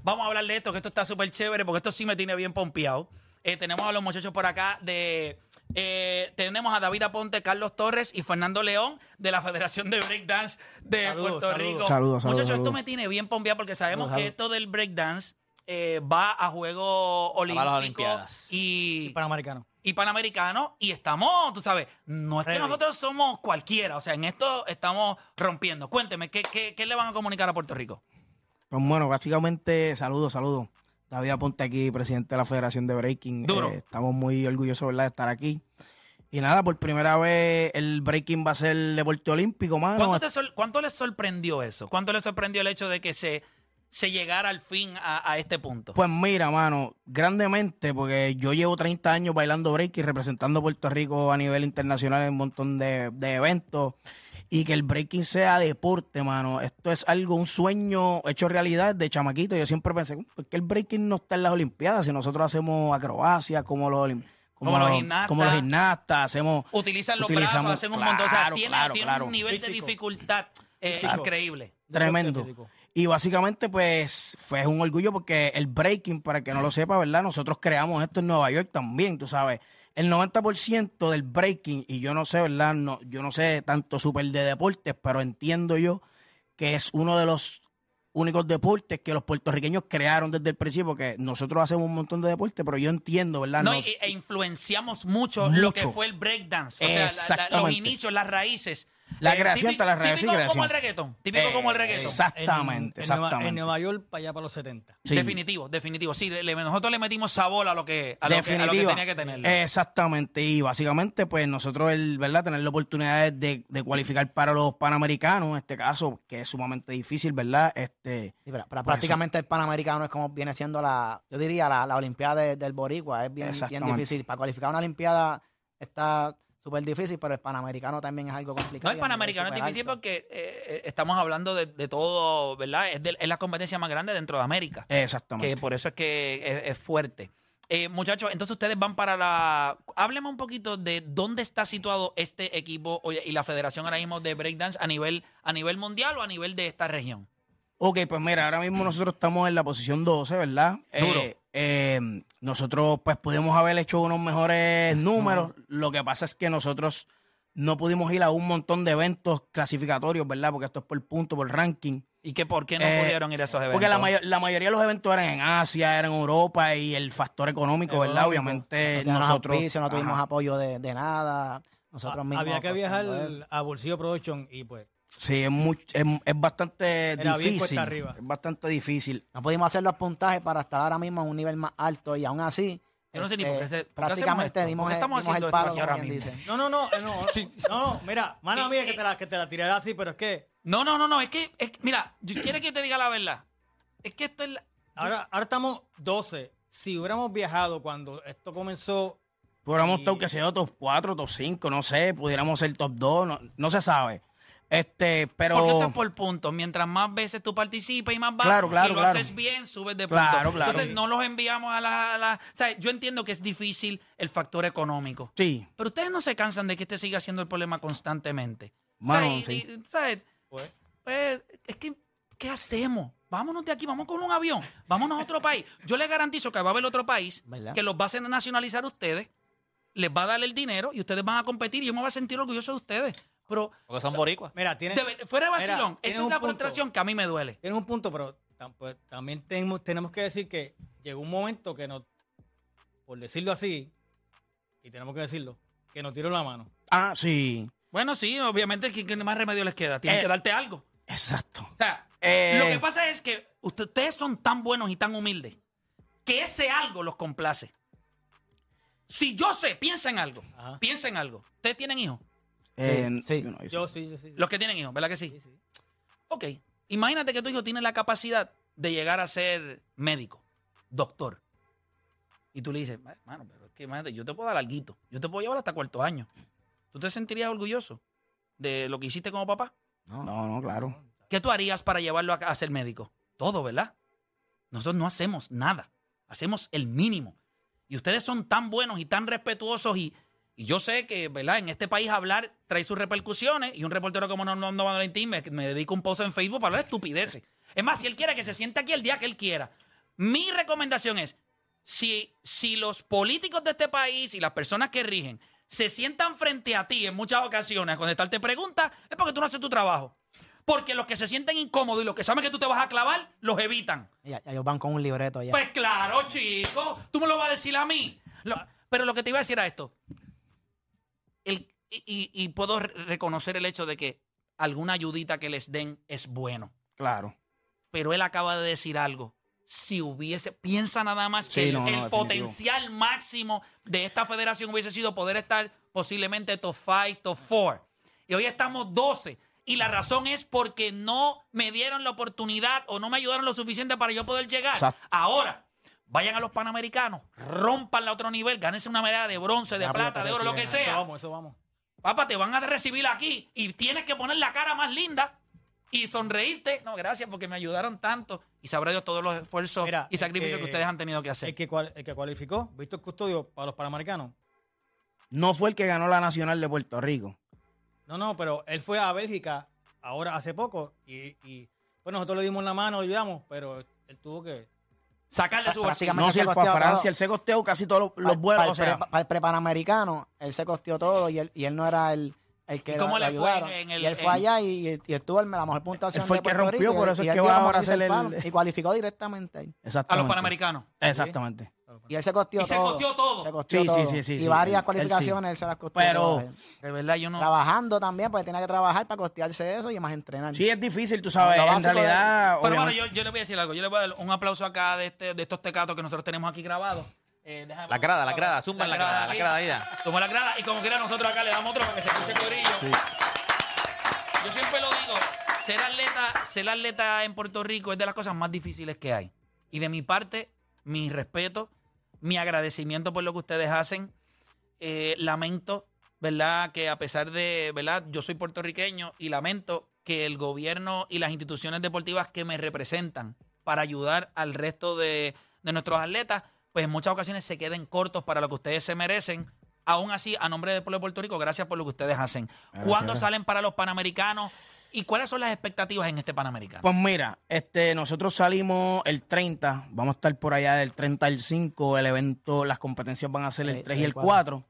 Speaker 4: Vamos a hablar de esto, que esto está súper chévere, porque esto sí me tiene bien pompeado. Eh, tenemos a los muchachos por acá de. eh, tenemos a David Aponte, Carlos Torres y Fernando León de la Federación de Breakdance de
Speaker 5: Saludos,
Speaker 4: Puerto
Speaker 5: saludos. Saludos,
Speaker 4: Rico.
Speaker 5: saludos,
Speaker 4: Muchachos, esto
Speaker 5: saludos.
Speaker 4: me tiene bien pompeado porque sabemos
Speaker 5: Saludos,
Speaker 4: que esto del breakdance eh, va a Juegos
Speaker 6: las
Speaker 4: Olímpicos
Speaker 6: Olimpiadas.
Speaker 4: y,
Speaker 10: Panamericano.
Speaker 4: y Panamericano y estamos, tú sabes, no es que
Speaker 5: Ready.
Speaker 4: nosotros somos cualquiera, o sea, en esto estamos rompiendo. Cuénteme, ¿qué, qué, qué le van a comunicar a Puerto Rico?
Speaker 10: Pues bueno, básicamente, saludos, saludos. David Aponte aquí, presidente de la Federación de Breaking. Eh,
Speaker 4: Duro.
Speaker 10: estamos muy orgullosos, ¿verdad?, de estar aquí. Y nada, por primera vez el breaking va a ser deporte olímpico, mano.
Speaker 4: ¿Cuánto, te sor- cuánto les sorprendió eso? ¿Cuánto les sorprendió el hecho de que se, se llegara al fin a, a este punto?
Speaker 10: Pues mira, mano, grandemente, porque yo llevo 30 años bailando break y representando a Puerto Rico a nivel internacional en un montón de, de eventos. Y que el breaking sea deporte, mano. Esto es algo, un sueño hecho realidad de chamaquito. Yo siempre pensé, ¿por qué el breaking no está en las Olimpiadas? Si nosotros hacemos acrobacias como los, olim-
Speaker 4: Como los gimnastas.
Speaker 10: como los gimnastas, hacemos.
Speaker 4: Utilizan los
Speaker 10: utilizamos-
Speaker 4: brazos, hacen un montón, o sea,
Speaker 10: Claro,
Speaker 4: tiene,
Speaker 10: claro,
Speaker 4: tiene
Speaker 10: claro.
Speaker 4: un nivel de
Speaker 10: Físico.
Speaker 4: dificultad eh,
Speaker 10: Físico.
Speaker 4: increíble.
Speaker 10: Tremendo. Y básicamente, pues, fue un orgullo porque el breaking, para el que no lo sepa, ¿verdad? Nosotros creamos esto en Nueva York también, tú sabes. El 90% del breaking, y yo no sé, ¿verdad? No, yo no sé tanto súper de deportes, pero entiendo yo que es uno de los únicos deportes que los puertorriqueños crearon desde el principio, que nosotros hacemos un montón de deportes, pero yo entiendo, ¿verdad?
Speaker 4: No,
Speaker 10: Nos-
Speaker 4: y- e influenciamos mucho,
Speaker 10: Ah, Mucho.
Speaker 4: lo que fue el breakdance. O sea, la- la- los
Speaker 10: Exactamente.
Speaker 4: inicios, las raíces.
Speaker 10: La creación
Speaker 4: típi-
Speaker 10: de las raíces y
Speaker 4: Típico como
Speaker 10: creación.
Speaker 4: el reggaetón. Típico
Speaker 10: Eh,
Speaker 4: como el reggaetón.
Speaker 10: Exactamente,
Speaker 11: En Nueva-
Speaker 10: exactamente.
Speaker 11: En Nueva York, para allá para los 70.
Speaker 4: Definitivo, definitivo. Sí, le- le- nosotros le metimos sabor a lo que, a lo que, a lo que
Speaker 10: Definitiva.
Speaker 4: tenía que tenerlo.
Speaker 10: Eh, Exactamente. Y básicamente, pues nosotros, el, ¿verdad? Tener la oportunidad de, de cualificar para los panamericanos, en este caso, que es sumamente difícil, ¿verdad? Este,
Speaker 11: Sí, pero, pero
Speaker 10: pues,
Speaker 11: prácticamente el Panamericano es como viene siendo la, yo diría, la, la Olimpiada de- del Boricua. Es bien, bien
Speaker 10: Exactamente.
Speaker 11: difícil. Para cualificar una Olimpiada está súper difícil, pero el Panamericano también es algo complicado. y
Speaker 4: No, el
Speaker 11: a nivel
Speaker 4: Panamericano es
Speaker 11: súper
Speaker 4: difícil porque eh, eh, estamos hablando de, de todo, ¿verdad? Es, de- es la competencia más grande dentro de América.
Speaker 10: Exactamente.
Speaker 4: Que por eso es que es, es fuerte. Eh, muchachos, entonces ustedes van para la... Hábleme un poquito de dónde está situado este equipo oye, y la federación ahora mismo de breakdance a nivel, a nivel mundial o a nivel de esta región.
Speaker 10: Ok, pues mira, ahora mismo nosotros estamos en la posición 12, ¿verdad?
Speaker 4: Duro.
Speaker 10: Eh, eh, nosotros, pues, pudimos haber hecho unos mejores números. Lo que pasa es que nosotros no pudimos ir a un montón de eventos clasificatorios, ¿verdad? Porque esto es por punto, por ranking.
Speaker 4: ¿Y que por qué no
Speaker 10: Eh,
Speaker 4: pudieron ir a esos eventos?
Speaker 10: Porque la, mayo- la mayoría de los eventos eran en Asia, eran en Europa y el factor económico, ¿verdad?
Speaker 11: Económico.
Speaker 10: Obviamente
Speaker 11: No
Speaker 10: nosotros...
Speaker 11: nosotros, no tuvimos
Speaker 10: Ajá. Ah,
Speaker 11: apoyo de, de nada. Nosotros mismos.
Speaker 10: había
Speaker 11: pues,
Speaker 10: que viajar
Speaker 11: todo eso.
Speaker 10: a Bolsillo Production y pues... Sí, es, mucho, es, es bastante
Speaker 11: Era bien
Speaker 10: difícil.
Speaker 11: cuesta arriba.
Speaker 10: Es bastante difícil.
Speaker 11: No pudimos hacer los puntajes para estar ahora mismo en un nivel más alto y aún así.
Speaker 4: Yo no sé ni
Speaker 11: este,
Speaker 4: por qué se- por qué hacemos esto,
Speaker 11: prácticamente
Speaker 4: por
Speaker 11: dimos,
Speaker 4: qué
Speaker 11: el-
Speaker 4: estamos
Speaker 11: dimos
Speaker 4: haciendo
Speaker 11: el
Speaker 4: esto
Speaker 11: palo,
Speaker 4: aquí
Speaker 11: como
Speaker 4: ahora
Speaker 11: quien
Speaker 4: mismo.
Speaker 11: dice.
Speaker 4: No, no, no, no.
Speaker 11: No, mira,
Speaker 4: mano mía que
Speaker 11: te la, que te la tirará así, pero es que.
Speaker 4: No, no, no, no. Es que, es que- mira, yo quiero que te diga la verdad. Es que esto es la-
Speaker 12: Ahora, ahora estamos 12. Si hubiéramos viajado cuando esto comenzó,
Speaker 10: Pudiéramos estar, que sea top 4, top 5, no sé. Pudiéramos ser top 2, no, no se sabe. Este, pero...
Speaker 4: Porque esto es por puntos. Mientras más veces tú participas y más vas,
Speaker 10: Claro,
Speaker 4: y
Speaker 10: claro,
Speaker 4: lo
Speaker 10: claro.
Speaker 4: haces bien, subes de puntos.
Speaker 10: Claro, claro.
Speaker 4: Entonces no los enviamos a la, a la- O sea, yo entiendo que es difícil el factor económico.
Speaker 10: Sí.
Speaker 4: Pero ustedes no se cansan de que este siga siendo el problema constantemente.
Speaker 10: Mano,
Speaker 4: O sea, y-
Speaker 10: sí.
Speaker 4: y, ¿sabes? Pues, es que, ¿qué hacemos? Vámonos de aquí, vamos con un avión, vámonos a otro país. Yo les garantizo que va a haber otro país
Speaker 11: ¿Verdad?
Speaker 4: que los va a hacer nacionalizar ustedes, les va a dar el dinero y ustedes van a competir y yo me voy a sentir orgulloso de ustedes. Pero
Speaker 6: Porque son boricuas.
Speaker 12: mira, tienes.
Speaker 4: de- fuera de
Speaker 12: mira,
Speaker 4: vacilón,
Speaker 12: tienes
Speaker 4: esa es
Speaker 12: un
Speaker 4: la
Speaker 12: punto.
Speaker 4: frustración que a mí me duele.
Speaker 12: Tienes un punto, pero tam- pues, también tenemos, tenemos que decir que llegó un momento que nos, por decirlo así, y tenemos que decirlo, que nos tiró la mano.
Speaker 10: Ah, sí.
Speaker 4: Bueno, sí, obviamente, ¿qué, qué más remedio les queda? Tienen que darte algo.
Speaker 10: Eh, Exacto.
Speaker 4: O sea,
Speaker 10: Eh.
Speaker 4: lo que pasa es que usted- ustedes son tan buenos y tan humildes que ese algo los complace. Si yo sé, piensa en algo, piensa en algo. ¿Ustedes tienen hijos?
Speaker 10: Eh,
Speaker 11: sí.
Speaker 10: no, yo sí.
Speaker 12: Yo sí, yo sí. sí.
Speaker 4: Los que tienen hijos, ¿verdad que sí? Ok, imagínate que tu hijo tiene la capacidad de llegar a ser médico, doctor. Y tú le dices, mano, pero es que imagínate, yo te puedo dar alguito, yo te puedo llevar hasta cuarto año. ¿Tú te sentirías orgulloso de lo que hiciste como papá?
Speaker 10: No, no, claro.
Speaker 4: ¿Qué tú harías para llevarlo a, a ser médico? Todo, ¿verdad? Nosotros no hacemos nada, hacemos el mínimo. Y ustedes son tan buenos y tan respetuosos y, y yo sé que, ¿verdad? En este país hablar trae sus repercusiones y un reportero como Normando Valentín me, me dedica un post en Facebook para hablar de estupideces. Es más, si él quiere que se siente aquí el día que él quiera. Mi recomendación es, si, si los políticos de este país y las personas que rigen se sientan frente a ti en muchas ocasiones a contestarte preguntas, es porque tú no haces tu trabajo. Porque los que se sienten incómodos y los que saben que tú te vas a clavar, los evitan.
Speaker 11: Ya, ya ellos van con un libreto ya.
Speaker 4: Pues claro, chico, tú me lo vas a decir a mí. Lo- Pero lo que te iba a decir era esto. El- y, y- y puedo re- reconocer el hecho de que alguna ayudita que les den es bueno.
Speaker 10: Claro.
Speaker 4: Pero él acaba de decir algo. Si hubiese, piensa nada más
Speaker 10: Sí,
Speaker 4: que el-
Speaker 10: no, no,
Speaker 4: el
Speaker 10: definitivo.
Speaker 4: potencial máximo de esta federación hubiese sido poder estar posiblemente top 5, top 4. Y hoy estamos 12. Y la razón es porque no me dieron la oportunidad o no me ayudaron lo suficiente para yo poder llegar.
Speaker 10: Exacto.
Speaker 4: Ahora, vayan a los Panamericanos, rompan a otro nivel, gánense una medalla de bronce, de
Speaker 12: Ah, pues Ya, pero
Speaker 4: plata,
Speaker 12: te
Speaker 4: de oro, lo que
Speaker 12: reciben. Eso
Speaker 4: sea.
Speaker 12: vamos, eso vamos.
Speaker 4: Papá, te van a recibir aquí y tienes que poner la cara más linda y sonreírte. No, gracias porque me ayudaron tanto. Y sabrá Dios todos los esfuerzos
Speaker 12: Mira,
Speaker 4: y sacrificios
Speaker 12: eh,
Speaker 4: que ustedes han tenido que hacer.
Speaker 12: El que, cual- el que cualificó, Víctor Custodio, para los Panamericanos.
Speaker 10: No fue el que ganó la Nacional de Puerto Rico.
Speaker 12: No, no, pero él fue a Bélgica ahora hace poco y, y pues nosotros le dimos la mano, le ayudamos, pero él tuvo que...
Speaker 4: Sacarle
Speaker 12: su
Speaker 10: No, si él fue a Francia, él se costeó casi todos los, los vuelos.
Speaker 11: Para
Speaker 10: o
Speaker 11: el,
Speaker 10: sea,
Speaker 11: pre- para el prepanamericano, él se costeó todo y él, y él no era el, el que
Speaker 4: ¿Y cómo
Speaker 11: lo- lo
Speaker 4: le fue
Speaker 11: ayudaron.
Speaker 4: en el-
Speaker 11: y él fue
Speaker 4: en-
Speaker 11: allá y, y estuvo en la mejor puntuación
Speaker 10: Él fue
Speaker 11: de
Speaker 10: el que
Speaker 11: Puerto
Speaker 10: rompió,
Speaker 11: Rico,
Speaker 10: por
Speaker 11: y-
Speaker 10: eso
Speaker 11: y
Speaker 10: es
Speaker 11: él
Speaker 10: que
Speaker 11: dio
Speaker 10: va
Speaker 11: como
Speaker 10: ahora a
Speaker 11: dice
Speaker 10: hacer
Speaker 11: palo,
Speaker 10: el-
Speaker 11: Y cualificó directamente ahí.
Speaker 10: exactamente.
Speaker 4: Panamericanos.
Speaker 10: Exactamente.
Speaker 11: Y él se costeó
Speaker 4: Y se
Speaker 11: todo.
Speaker 4: costeó todo.
Speaker 11: Se costeó
Speaker 10: Sí, sí,
Speaker 11: todo.
Speaker 10: sí, sí,
Speaker 11: Y
Speaker 10: sí, Pues
Speaker 11: varias
Speaker 10: él- él
Speaker 11: cualificaciones
Speaker 10: sí.
Speaker 11: él se las costeó.
Speaker 10: Pero-
Speaker 11: todas.
Speaker 4: De verdad, yo no.
Speaker 11: Trabajando también, porque tenía que trabajar para costearse eso y más entrenar.
Speaker 10: Sí, es difícil, tú sabes.
Speaker 11: Lo
Speaker 10: en
Speaker 11: básico de-
Speaker 10: realidad.
Speaker 4: Pero bueno,
Speaker 10: obviamente-
Speaker 4: yo, yo le voy a decir algo. Yo le voy a dar un aplauso acá de, este, de estos tecatos que nosotros tenemos aquí grabados. Eh, déjame-
Speaker 6: La grada, la grada, zumba en la grada, la
Speaker 4: aquí.
Speaker 6: grada, ida.
Speaker 4: Tomó la grada y como quiera nosotros acá le damos otro para que se escuche corillo. Yo siempre lo digo, ser atleta, ser atleta en Puerto Rico es de las cosas más difíciles que hay. Y de mi parte, mi respeto, mi agradecimiento por lo que ustedes hacen. Eh, lamento, ¿verdad? Que a pesar de, ¿verdad? Yo soy puertorriqueño y lamento que el gobierno y las instituciones deportivas que me representan para ayudar al resto de, de nuestros atletas, pues en muchas ocasiones se queden cortos para lo que ustedes se merecen. Aún así, a nombre del pueblo de Puerto Rico, gracias por lo que ustedes hacen. ¿Cuándo
Speaker 10: gracias.
Speaker 4: salen para los Panamericanos? ¿Y cuáles son las expectativas en este Panamericano?
Speaker 10: Pues mira, este, nosotros salimos el 30, vamos a estar por allá del 30 al 5, el evento, las competencias van a ser el
Speaker 11: El-
Speaker 10: 3 y
Speaker 11: el
Speaker 10: el 4.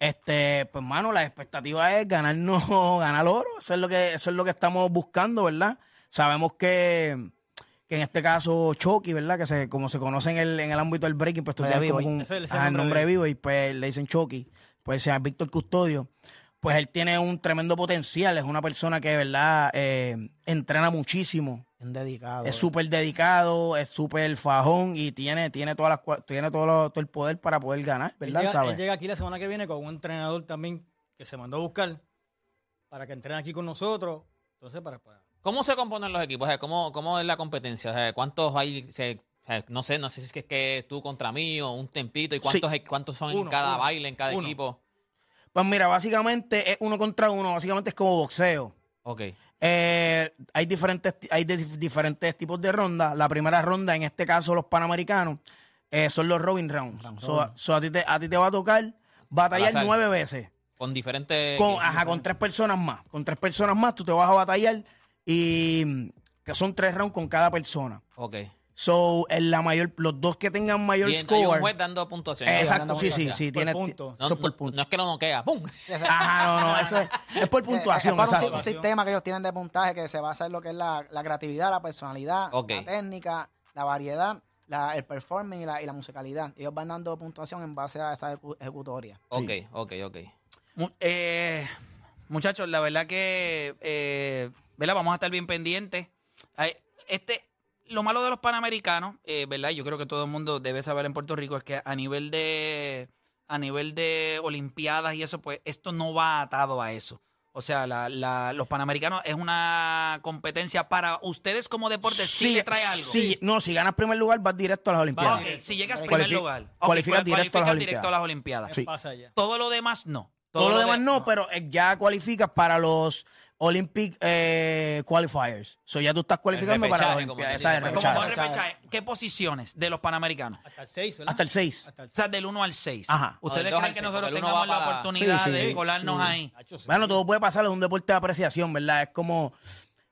Speaker 10: Este, pues mano, la expectativa es ganarnos, ganar oro, eso es lo que, eso es lo que estamos buscando, ¿verdad? Sabemos que, que en este caso Chucky, ¿verdad? Que se, como se conoce en el, en el ámbito del breaking, pues tú
Speaker 11: Lo de
Speaker 10: tienes como
Speaker 11: B-Boy.
Speaker 10: un-
Speaker 12: Ese es el
Speaker 10: ajá, el
Speaker 12: nombre
Speaker 10: nombre
Speaker 12: de-
Speaker 10: de vivo y pues le dicen Chucky, pues sea Víctor Custodio pues él tiene un tremendo potencial. Es una persona que, de verdad, eh, entrena muchísimo.
Speaker 11: Bien dedicado.
Speaker 10: Es súper dedicado, es súper fajón y tiene, tiene, todas las, cua- tiene todo, lo- todo el poder para poder ganar, ¿verdad?
Speaker 12: Él llega,
Speaker 10: ¿Sabes?
Speaker 12: él llega aquí la semana que viene con un entrenador también que se mandó a buscar para que entrene aquí con nosotros. Entonces, para... para-
Speaker 6: ¿Cómo se componen los equipos? O sea, ¿cómo, cómo es la competencia? O sea, ¿Cuántos hay? O sea, o sea, no sé, no sé si es que, es que tú contra mí o un tempito. ¿Y cuántos,
Speaker 10: Sí.
Speaker 6: hay- cuántos son en
Speaker 12: Uno,
Speaker 6: cada
Speaker 12: uno,
Speaker 6: baile, en cada
Speaker 12: uno.
Speaker 6: equipo?
Speaker 10: Pues mira, básicamente es uno contra uno, básicamente es como boxeo.
Speaker 6: Ok.
Speaker 10: Eh, hay diferentes, hay de- diferentes tipos de rondas. La primera ronda, en este caso los panamericanos, eh, son los Robin Rounds. So- so a, ti te, a ti te va a tocar batallar
Speaker 6: Al azar. Eh,
Speaker 10: nueve veces.
Speaker 6: Con diferentes.
Speaker 10: con, ajá, con tres personas más. Con tres personas más tú te vas a batallar y mm, que son tres rounds con cada persona.
Speaker 6: Ok.
Speaker 10: So, en la mayor, los dos que tengan mayor
Speaker 6: Y en- hay un
Speaker 10: score.
Speaker 6: juez dando puntuación.
Speaker 10: Eh,
Speaker 6: Dando
Speaker 10: exacto, sí, sí,
Speaker 6: puntuación.
Speaker 10: sí.
Speaker 12: Por
Speaker 10: tiene,
Speaker 12: punto.
Speaker 6: No,
Speaker 10: eso es por
Speaker 6: no-
Speaker 10: punto.
Speaker 6: no es que lo noquea. ¡Pum!
Speaker 10: Ajá, no, no, Ah, eso es, es por puntuación,
Speaker 11: es para un
Speaker 10: exacto.
Speaker 11: si- sistema que ellos tienen de puntaje que se basa en lo que es la, la creatividad, la personalidad,
Speaker 6: Ok.
Speaker 11: la técnica, la variedad, la- el performing y la, y la musicalidad. Ellos van dando puntuación en base a esa ejecu- ejecutoria.
Speaker 6: Ok, ok, ok.
Speaker 4: Mu- eh, muchachos, la verdad que eh, ¿verdad? vamos a estar bien pendientes. Ay, Este, lo malo de los panamericanos, eh, ¿verdad? Yo creo que todo el mundo debe saber en Puerto Rico es que a nivel de a nivel de olimpiadas y eso, pues esto no va atado a eso. O sea, la- la- los panamericanos es una competencia para ustedes como deporte. Sí, le trae algo.
Speaker 10: sí, no, si ganas primer lugar vas directo a las
Speaker 4: Ah,
Speaker 10: Olimpiadas.
Speaker 4: ok, si llegas
Speaker 10: Cualifi-
Speaker 4: primer lugar, ok,
Speaker 10: cualificas
Speaker 4: cual-
Speaker 10: directo a las
Speaker 4: cualificas directo a las
Speaker 10: Olimpiadas.
Speaker 4: Olimpiadas.
Speaker 10: Sí.
Speaker 12: Pasa ya.
Speaker 4: Todo lo demás no.
Speaker 10: Todo, lo
Speaker 4: de-
Speaker 10: demás no, pero eh, ya cualificas para los Olympic eh, Qualifiers. So, ya tú estás cualificando para las
Speaker 6: repechaje, como
Speaker 10: Olimpiadas.
Speaker 6: dicen,
Speaker 10: esa es
Speaker 6: pues,
Speaker 4: Como
Speaker 10: repechaje.
Speaker 4: dos repechajes, ¿qué posiciones de los panamericanos?
Speaker 12: Hasta el 6, ¿verdad?
Speaker 10: Hasta el 6.
Speaker 12: Hasta el
Speaker 4: O sea, del 1 al 6.
Speaker 10: Ajá.
Speaker 6: O del
Speaker 4: ¿Ustedes
Speaker 6: dos
Speaker 4: creen
Speaker 6: al
Speaker 4: que
Speaker 6: seis,
Speaker 4: nosotros
Speaker 6: porque el uno
Speaker 4: tengamos
Speaker 6: va
Speaker 4: la
Speaker 6: para-
Speaker 4: oportunidad
Speaker 10: Sí, sí,
Speaker 4: de
Speaker 10: sí.
Speaker 4: colarnos ahí?
Speaker 12: Hacho, sí.
Speaker 10: Bueno, todo puede pasar, es un deporte de apreciación, ¿verdad? Es como.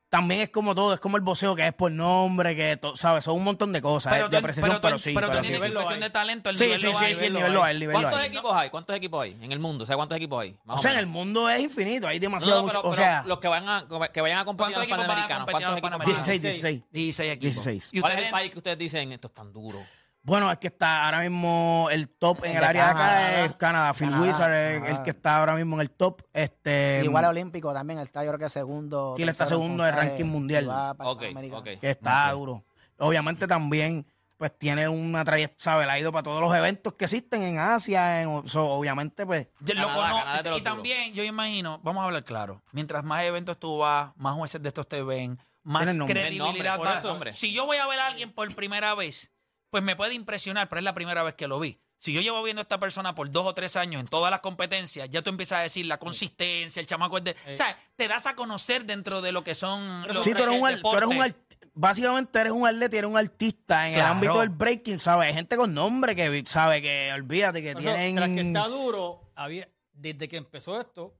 Speaker 10: También es como todo, es como el boxeo que es por nombre, que, to- ¿sabes? Son un montón de cosas es
Speaker 4: tú-
Speaker 10: de apreciación,
Speaker 4: tú-
Speaker 10: pero, sí.
Speaker 4: Pero
Speaker 10: pero
Speaker 4: tú
Speaker 10: sí.
Speaker 4: entiendes que es
Speaker 12: lo
Speaker 4: cuestión
Speaker 12: hay.
Speaker 4: de talento, el
Speaker 10: Sí,
Speaker 4: nivel
Speaker 10: sí,
Speaker 4: lo
Speaker 10: sí,
Speaker 4: hay,
Speaker 10: sí, el
Speaker 4: lo
Speaker 10: nivel lo hay, el nivel lo
Speaker 6: ¿Cuántos
Speaker 10: hay.
Speaker 6: equipos hay? ¿Cuántos equipos hay en el mundo? O sea, ¿cuántos equipos hay? Más
Speaker 10: O sea, en
Speaker 6: menos.
Speaker 10: el mundo es infinito, hay
Speaker 6: No,
Speaker 10: demasiado.
Speaker 6: no, pero,
Speaker 10: mucho- o
Speaker 6: pero
Speaker 10: sea,
Speaker 6: los que, van a, que vayan a
Speaker 4: ¿Cuántos
Speaker 6: competir en los
Speaker 4: equipos van a
Speaker 6: panamericanos.
Speaker 4: competir en
Speaker 6: ¿Cuántos
Speaker 4: los
Speaker 6: equipos van?
Speaker 10: 16, 16.
Speaker 4: 16 equipos.
Speaker 10: 16.
Speaker 4: ¿Y
Speaker 6: ¿Cuál es
Speaker 4: ustedes-
Speaker 6: el país que ustedes dicen esto es tan duro?
Speaker 10: Bueno, es que está ahora mismo el top en
Speaker 11: El
Speaker 10: el
Speaker 11: de
Speaker 10: área de
Speaker 11: Canadá.
Speaker 10: acá es Canadá. Phil
Speaker 11: Canadá,
Speaker 10: Wizard es
Speaker 11: Canadá.
Speaker 10: el que está ahora mismo en el top. Este,
Speaker 11: Igual a Olímpico también, él está yo creo que segundo.
Speaker 10: Sí, él está
Speaker 11: tercero en
Speaker 10: segundo en el
Speaker 11: puntaje
Speaker 10: ranking
Speaker 11: y
Speaker 10: mundial.
Speaker 11: va para el
Speaker 6: Ok,
Speaker 11: Panamericano.
Speaker 6: ok.
Speaker 10: que está duro. Obviamente también, pues tiene una trayectoria, ¿sabes? Él Ha ido para todos los eventos que existen en Asia, en- so, obviamente, pues.
Speaker 4: Yo lo conozco. y también, yo imagino, vamos a hablar claro, mientras más eventos tú vas, más jueces de estos te ven, más
Speaker 10: Tienen nombre.
Speaker 6: El nombre,
Speaker 4: credibilidad
Speaker 6: por
Speaker 4: vas.
Speaker 6: eso, hombre.
Speaker 4: Si yo voy a ver a alguien por primera vez, pues me puede impresionar, pero es la primera vez que lo vi. Si yo llevo viendo a esta persona por dos o tres años en todas las competencias, ya tú empiezas a decir la consistencia, el chamaco es de...
Speaker 12: Sí.
Speaker 4: O sea, te das a conocer dentro de lo que son... los
Speaker 10: Eh. Sí, tú eres
Speaker 4: break-
Speaker 10: un,
Speaker 4: el
Speaker 10: al- tú eres un
Speaker 4: deporte.
Speaker 10: al- básicamente eres un atleta, y eres un artista en
Speaker 4: Claro.
Speaker 10: el ámbito del breaking, ¿sabes? Hay gente con nombre que sabe que olvídate que
Speaker 12: Por eso,
Speaker 10: tienen
Speaker 12: Tras que está duro, había, desde que empezó esto,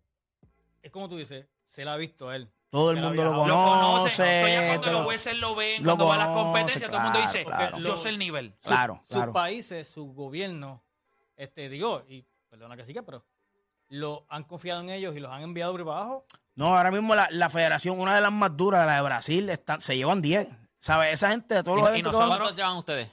Speaker 12: es como tú dices, se la ha visto a él.
Speaker 10: todo el
Speaker 12: Se la
Speaker 10: mundo
Speaker 12: había
Speaker 10: lo
Speaker 12: dado.
Speaker 10: conoce.
Speaker 4: Entonces, ya cuando
Speaker 10: todo-
Speaker 4: los jueces lo ven,
Speaker 10: lo
Speaker 4: cuando van a las
Speaker 10: conoce,
Speaker 4: competencias, todo el mundo
Speaker 10: claro,
Speaker 4: dice,
Speaker 10: claro.
Speaker 4: yo sé el nivel.
Speaker 12: Su-
Speaker 10: Claro,
Speaker 12: sus
Speaker 10: claro.
Speaker 12: países, sus gobiernos, este, digo, y perdona que siga, pero lo han confiado en ellos y los han enviado por abajo.
Speaker 10: No, ahora mismo la, la federación, una de las más duras, la de Brasil, están- se llevan 10. ¿Sabes? Esa gente de todos
Speaker 4: Y-
Speaker 10: los
Speaker 4: y
Speaker 10: eventos, que van,
Speaker 6: ¿Cuántos llevan ustedes?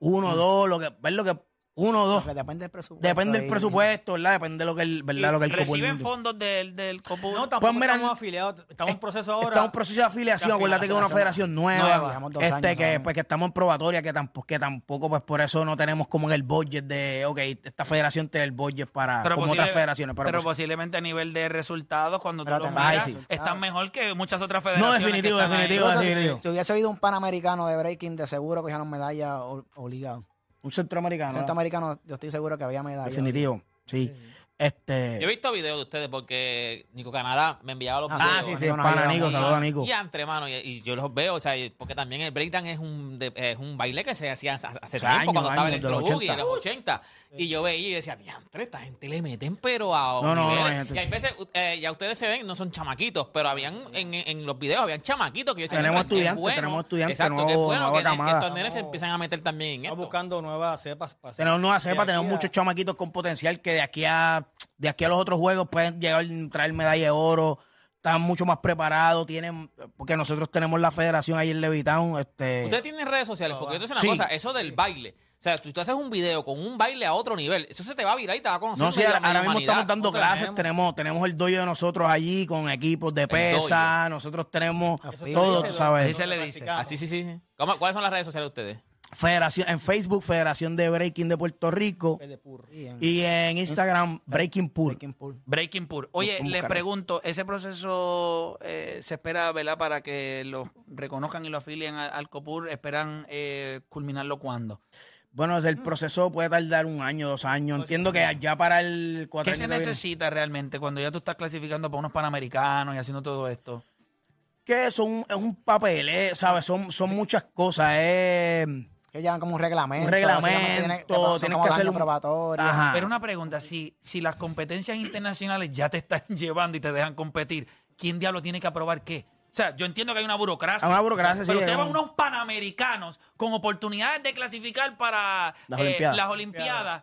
Speaker 10: uno, dos, lo que, ver lo que, uno, dos.
Speaker 11: Porque depende del presupuesto.
Speaker 10: Mm. Depende del
Speaker 11: y-
Speaker 10: presupuesto, ¿verdad? Depende de lo que el, ¿verdad? Lo que el
Speaker 4: Reciben
Speaker 10: copo-
Speaker 4: fondos del, del Copu-
Speaker 12: No, tampoco
Speaker 10: mira,
Speaker 12: estamos afiliados, estamos en proceso ahora.
Speaker 10: Está un proceso de afiliación,
Speaker 12: De
Speaker 10: acuérdate que es una federación
Speaker 12: afiliación.
Speaker 10: nueva,
Speaker 11: Nueva, llevamos dos
Speaker 10: este
Speaker 11: años
Speaker 10: que,
Speaker 4: Ah.
Speaker 11: solamente.
Speaker 10: pues, que estamos en probatoria, que tampoco, que tampoco, pues por eso no tenemos como en el budget de, ok, esta federación tiene el budget para,
Speaker 4: Pero
Speaker 10: Ah, como
Speaker 4: posible-
Speaker 10: otras federaciones, pero,
Speaker 4: pero
Speaker 10: pues,
Speaker 4: posiblemente a nivel de resultados, cuando
Speaker 11: Pero
Speaker 4: tú lo
Speaker 11: te vas a
Speaker 4: miras,
Speaker 10: decir.
Speaker 4: están mejor que muchas otras federaciones.
Speaker 10: definitivo,
Speaker 4: que están ahí.
Speaker 10: definitivo.
Speaker 11: Incluso,
Speaker 10: Sí,
Speaker 11: si-
Speaker 10: digo.
Speaker 11: Si hubiese habido un panamericano de breaking, de seguro que ganaron medalla ol- obligado.
Speaker 10: un centroamericano, ¿verdad?
Speaker 11: Centroamericano, yo estoy seguro que había medalla.
Speaker 10: definitivo, sí,
Speaker 6: Yo he
Speaker 10: este,
Speaker 6: visto videos de ustedes porque Nico Canadá me enviaba los
Speaker 10: ah,
Speaker 6: videos.
Speaker 10: sí,
Speaker 11: Nico,
Speaker 10: sí,
Speaker 11: Nico,
Speaker 10: pana
Speaker 11: Nico,
Speaker 10: Nico,
Speaker 11: Nico.
Speaker 10: saludos a Nico,
Speaker 6: Y entre mano, y, y yo los veo, o sea, y- porque también el breakdance es un, de- es un baile que se hacía hace hace
Speaker 10: Hace
Speaker 6: tiempo,
Speaker 10: años,
Speaker 6: cuando estaba
Speaker 10: años, de
Speaker 6: en el
Speaker 10: los
Speaker 6: Boogie, en
Speaker 10: 80.
Speaker 6: los 80. Y yo veía y decía, diantre, esta gente le meten, pero a.
Speaker 10: No, no, no,
Speaker 6: niveles".
Speaker 10: hay gente-
Speaker 6: Y hay veces, u- eh, ya ustedes se ven, no son chamaquitos, pero habían en, en los videos, habían chamaquitos que yo decía,
Speaker 10: Tenemos
Speaker 6: "Diantre, qué
Speaker 10: estudiantes, tenemos estudiantes
Speaker 6: exacto, qué
Speaker 10: nuevos,
Speaker 6: bueno
Speaker 10: nueva
Speaker 6: que, que
Speaker 10: camada".
Speaker 6: estos nenes se empiezan a meter también en
Speaker 12: Estamos
Speaker 6: esto.
Speaker 12: buscando nuevas cepas. para hacer-
Speaker 10: tenemos nueva
Speaker 12: de
Speaker 10: cepa,
Speaker 12: aquí
Speaker 10: tenemos
Speaker 12: a-
Speaker 10: muchos chamaquitos con potencial que de aquí a, de aquí a los otros juegos pueden llegar a traer medalla de oro, están mucho más preparados, tienen, porque nosotros tenemos la federación ahí en Levitown, este.
Speaker 6: Ustedes tienen redes sociales, porque yo te
Speaker 10: Sí.
Speaker 6: digo una cosa, eso del baile. O sea, tú, tú haces un video con un baile a otro nivel, eso se te va a virar y te va a conocer.
Speaker 10: No, sí,
Speaker 6: media-
Speaker 10: ahora,
Speaker 6: media
Speaker 10: ahora mismo
Speaker 6: humanidad.
Speaker 10: estamos dando
Speaker 12: No
Speaker 10: clases,
Speaker 12: tenemos.
Speaker 10: tenemos, tenemos el doyo de nosotros allí con equipos de pesa, nosotros tenemos
Speaker 12: Eso se
Speaker 10: todo,
Speaker 12: dice,
Speaker 10: tú
Speaker 12: lo-
Speaker 10: sabes.
Speaker 4: Ese
Speaker 12: lo
Speaker 4: le
Speaker 12: que
Speaker 4: dice.
Speaker 12: practicamos.
Speaker 6: Así, Ah, sí, sí. sí. ¿Cómo- ¿Cuáles son las redes sociales de ustedes?
Speaker 10: Federación, en Facebook, Federación de Breaking de Puerto Rico
Speaker 12: de purro.
Speaker 11: Y en-
Speaker 10: y en Instagram, Breaking Pool.
Speaker 11: Breaking Pool.
Speaker 4: Breaking Pur. Oye,
Speaker 10: Busca-
Speaker 4: les
Speaker 10: búscalo.
Speaker 4: pregunto, ese proceso eh, se espera, ¿verdad? Para que lo reconozcan y lo afilien a- al Copur, esperan eh, culminarlo cuándo.
Speaker 10: Bueno, el proceso puede tardar un año, dos años. Entiendo que ya para el cuatro
Speaker 4: ¿Qué
Speaker 10: años
Speaker 4: se
Speaker 10: que viene-
Speaker 4: necesita realmente cuando ya tú estás clasificando para unos panamericanos y haciendo todo esto?
Speaker 10: Que son, es un papel, eh, ¿sabes? Son, son muchas cosas. Eh.
Speaker 11: Que llevan como un reglamento.
Speaker 10: Un reglamento,
Speaker 11: básicamente tiene-
Speaker 10: tienes
Speaker 11: son
Speaker 10: que
Speaker 11: como dos
Speaker 10: hacer
Speaker 11: años
Speaker 10: un-
Speaker 11: probatorio.
Speaker 10: Ajá.
Speaker 4: Pero una pregunta, si, si las competencias internacionales ya te están llevando y te dejan competir, ¿quién diablo tiene que aprobar qué? O sea, yo entiendo que hay una burocracia.
Speaker 10: Hay Ah, una burocracia, sí,
Speaker 4: Pero usted
Speaker 10: hay
Speaker 4: va a
Speaker 10: un-
Speaker 4: unos panamericanos con oportunidades de clasificar para
Speaker 10: Las
Speaker 4: eh,
Speaker 10: Olimpiadas.
Speaker 4: las Olimpiadas,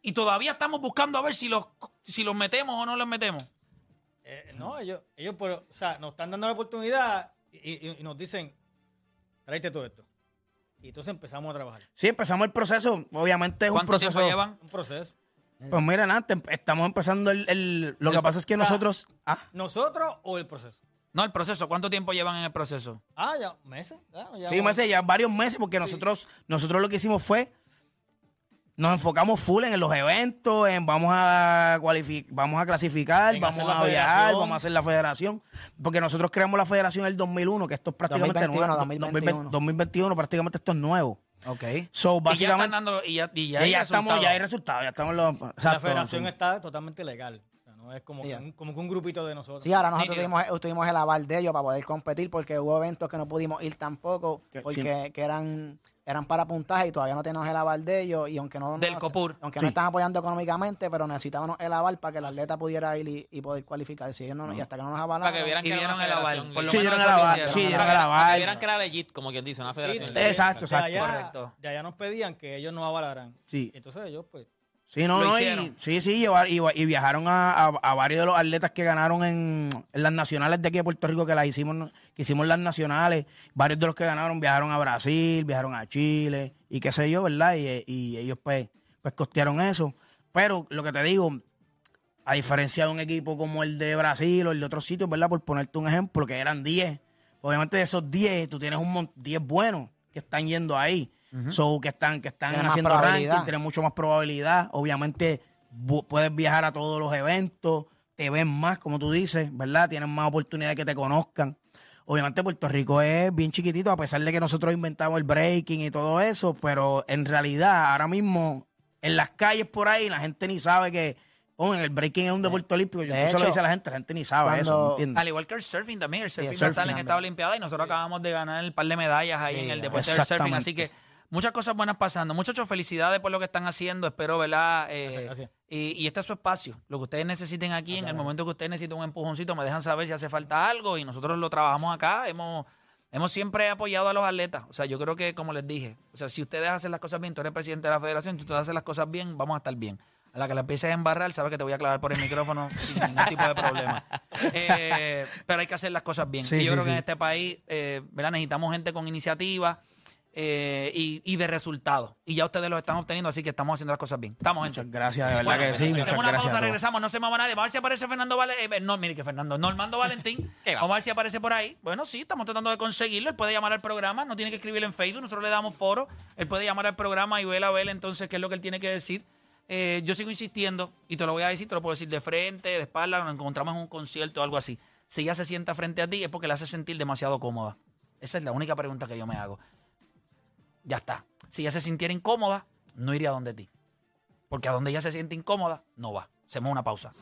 Speaker 4: Y todavía estamos buscando a ver si los, si los metemos o no los metemos.
Speaker 12: Eh, no, ellos, ellos por- o sea, nos están dando la oportunidad y, y- y nos dicen, tráete todo esto. Y entonces empezamos a trabajar.
Speaker 10: Sí, empezamos el proceso. Obviamente es un
Speaker 4: ¿Cuánto
Speaker 10: proceso.
Speaker 4: tiempo llevan?
Speaker 12: Un proceso.
Speaker 10: Pues mira, nada, te- estamos empezando el, el- Lo que
Speaker 12: El-
Speaker 10: pasa es que
Speaker 12: ah.
Speaker 10: nosotros. Ah.
Speaker 12: ¿Nosotros o el proceso?
Speaker 4: No, el proceso. ¿Cuánto tiempo llevan en el proceso?
Speaker 12: Ah, ya, meses. ya, ya
Speaker 10: Sí,
Speaker 12: vamos.
Speaker 10: meses, ya varios meses, porque nosotros, nosotros lo que hicimos fue, nos enfocamos full en los eventos, en vamos a cualific- vamos a clasificar,
Speaker 12: En
Speaker 10: vamos
Speaker 12: hacer la
Speaker 10: a viajar,
Speaker 12: federación.
Speaker 10: vamos a hacer la federación, porque nosotros creamos la federación en el 2001, que esto es prácticamente
Speaker 11: 2021,
Speaker 10: nuevo,
Speaker 11: 2021.
Speaker 10: 2021, prácticamente esto es nuevo.
Speaker 4: Ok.
Speaker 10: So,
Speaker 4: Y ya están
Speaker 10: básicamente,
Speaker 4: dando... Y ya, y
Speaker 10: ya,
Speaker 4: ya hay
Speaker 10: ya estamos,
Speaker 4: resultados.
Speaker 10: ya hay resultados, ya estamos en los...
Speaker 12: La
Speaker 10: exacto,
Speaker 12: federación
Speaker 10: sí.
Speaker 12: está totalmente legal. O sea, no es como,
Speaker 11: Sí,
Speaker 12: que
Speaker 11: ya.
Speaker 12: un, como que un grupito de nosotros.
Speaker 11: Sí, ahora nosotros
Speaker 12: Nítido.
Speaker 11: tuvimos, tuvimos el aval de ellos para poder competir porque hubo eventos que no pudimos ir tampoco
Speaker 10: Que
Speaker 11: porque
Speaker 10: sí.
Speaker 11: que eran eran para puntaje y todavía no tenemos el aval de ellos y aunque no
Speaker 4: Del
Speaker 11: no-
Speaker 4: Copur.
Speaker 11: aunque
Speaker 10: Sí. Ah,
Speaker 11: no están apoyando económicamente pero necesitábamos el aval para que el atleta pudiera ir y, y poder cualificar si ellos no, y hasta que no nos avalaron
Speaker 6: Para que vieran
Speaker 4: Y
Speaker 6: que era
Speaker 4: dieron
Speaker 6: una
Speaker 4: el aval.
Speaker 6: federación
Speaker 4: Por lo
Speaker 10: Sí,
Speaker 4: menos
Speaker 10: dieron el
Speaker 4: eso
Speaker 10: aval,
Speaker 4: hicieron.
Speaker 10: Ah, sí, dieron el
Speaker 6: para, que- para
Speaker 10: aval.
Speaker 6: que vieran que era legit, como quien dice, una
Speaker 12: Sí,
Speaker 6: federación.
Speaker 12: de
Speaker 10: Exacto,
Speaker 12: allá-
Speaker 10: exacto.
Speaker 12: De allá nos pedían que ellos nos avalaran.
Speaker 10: Sí.
Speaker 12: Entonces ellos, pues,
Speaker 10: Sí, no,
Speaker 4: Lo
Speaker 10: no, y,
Speaker 4: hicieron.
Speaker 10: sí, sí, llevar- y, y viajaron a, a- a varios de los atletas que ganaron en, en las nacionales de aquí de Puerto Rico, que las hicimos, que hicimos las nacionales. Varios de los que ganaron viajaron a Brasil, viajaron a Chile y qué sé yo, ¿verdad? Y, y ellos pues, pues costearon eso. Pero lo que te digo, a diferencia de un equipo como el de Brasil o el de otros sitios, ¿verdad? Por ponerte un ejemplo, que eran 10. Obviamente de esos 10, tú tienes un mon- 10 buenos que están yendo ahí. So, que están, que están
Speaker 11: Tienen más
Speaker 10: haciendo
Speaker 11: probabilidad.
Speaker 10: ranking, tienes mucho más probabilidad. Obviamente bu- puedes viajar a todos los eventos, te ven más, como tú dices, ¿verdad? Tienes más oportunidad de que te conozcan. Obviamente Puerto Rico es bien chiquitito, a pesar de que nosotros inventamos el breaking y todo eso, pero en realidad ahora mismo en las calles por ahí la gente ni sabe que oh, en el breaking es un deporte olímpico. Yo
Speaker 11: de
Speaker 10: eso
Speaker 11: hecho,
Speaker 10: lo dice a la gente, la gente ni sabe
Speaker 11: cuando-
Speaker 10: eso, ¿me entiendes?
Speaker 4: Al igual que el surfing también, el surfing,
Speaker 10: el
Speaker 4: no
Speaker 10: surfing
Speaker 4: está en
Speaker 10: también.
Speaker 4: esta Olimpiada y nosotros acabamos de ganar el par de medallas ahí en el deporte del surfing.
Speaker 10: exactamente.
Speaker 4: Así que muchas cosas buenas pasando. Muchachos, felicidades por lo que están haciendo. Espero, ¿verdad? Eh, Y, y este es su espacio. Lo que ustedes necesiten aquí, en el momento que ustedes necesiten un empujoncito, me dejan saber si hace falta algo y nosotros lo trabajamos acá. Hemos. Hemos siempre apoyado a los atletas. O sea, yo creo que, como les dije, o sea, si ustedes hacen las cosas bien, tú eres presidente de la federación, si ustedes hacen las cosas bien, vamos a estar bien. A la que la empieces a embarrar, sabes que te voy a clavar por el micrófono sin ningún tipo de problema. Eh, pero hay que hacer las cosas bien.
Speaker 10: Sí,
Speaker 4: Y
Speaker 10: sí,
Speaker 4: yo creo que
Speaker 10: sí.
Speaker 4: en este país, eh, ¿verdad? Necesitamos gente con iniciativa eh, y, y de resultados. Y ya ustedes los están obteniendo, así que estamos haciendo las cosas bien. Estamos, gente.
Speaker 10: Gracias, de verdad
Speaker 4: Bueno,
Speaker 10: que sí.
Speaker 4: hacemos
Speaker 10: Muchas
Speaker 4: una
Speaker 10: gracias.
Speaker 4: pausa,
Speaker 10: a todos.
Speaker 4: regresamos, no se mueva nadie. Vamos a ver si aparece Fernando Valentín. no, mire que Fernando, Normando Valentín. Vamos a ver si aparece por ahí. Bueno, sí, estamos tratando de conseguirlo. Él puede llamar al programa, no tiene que escribirlo en Facebook, nosotros le damos foro. Él puede llamar al programa y ver a ver entonces qué es lo que él tiene que decir. Eh, yo sigo insistiendo y te lo voy a decir, te lo puedo decir de frente, de espalda, nos encontramos en un concierto o algo así. Si ella se sienta frente a ti es porque la hace sentir demasiado cómoda. Esa es la única pregunta que yo me hago. Ya está. Si ella se sintiera incómoda, no iría donde ti. Porque a donde ella se siente incómoda, no va. Hacemos una pausa.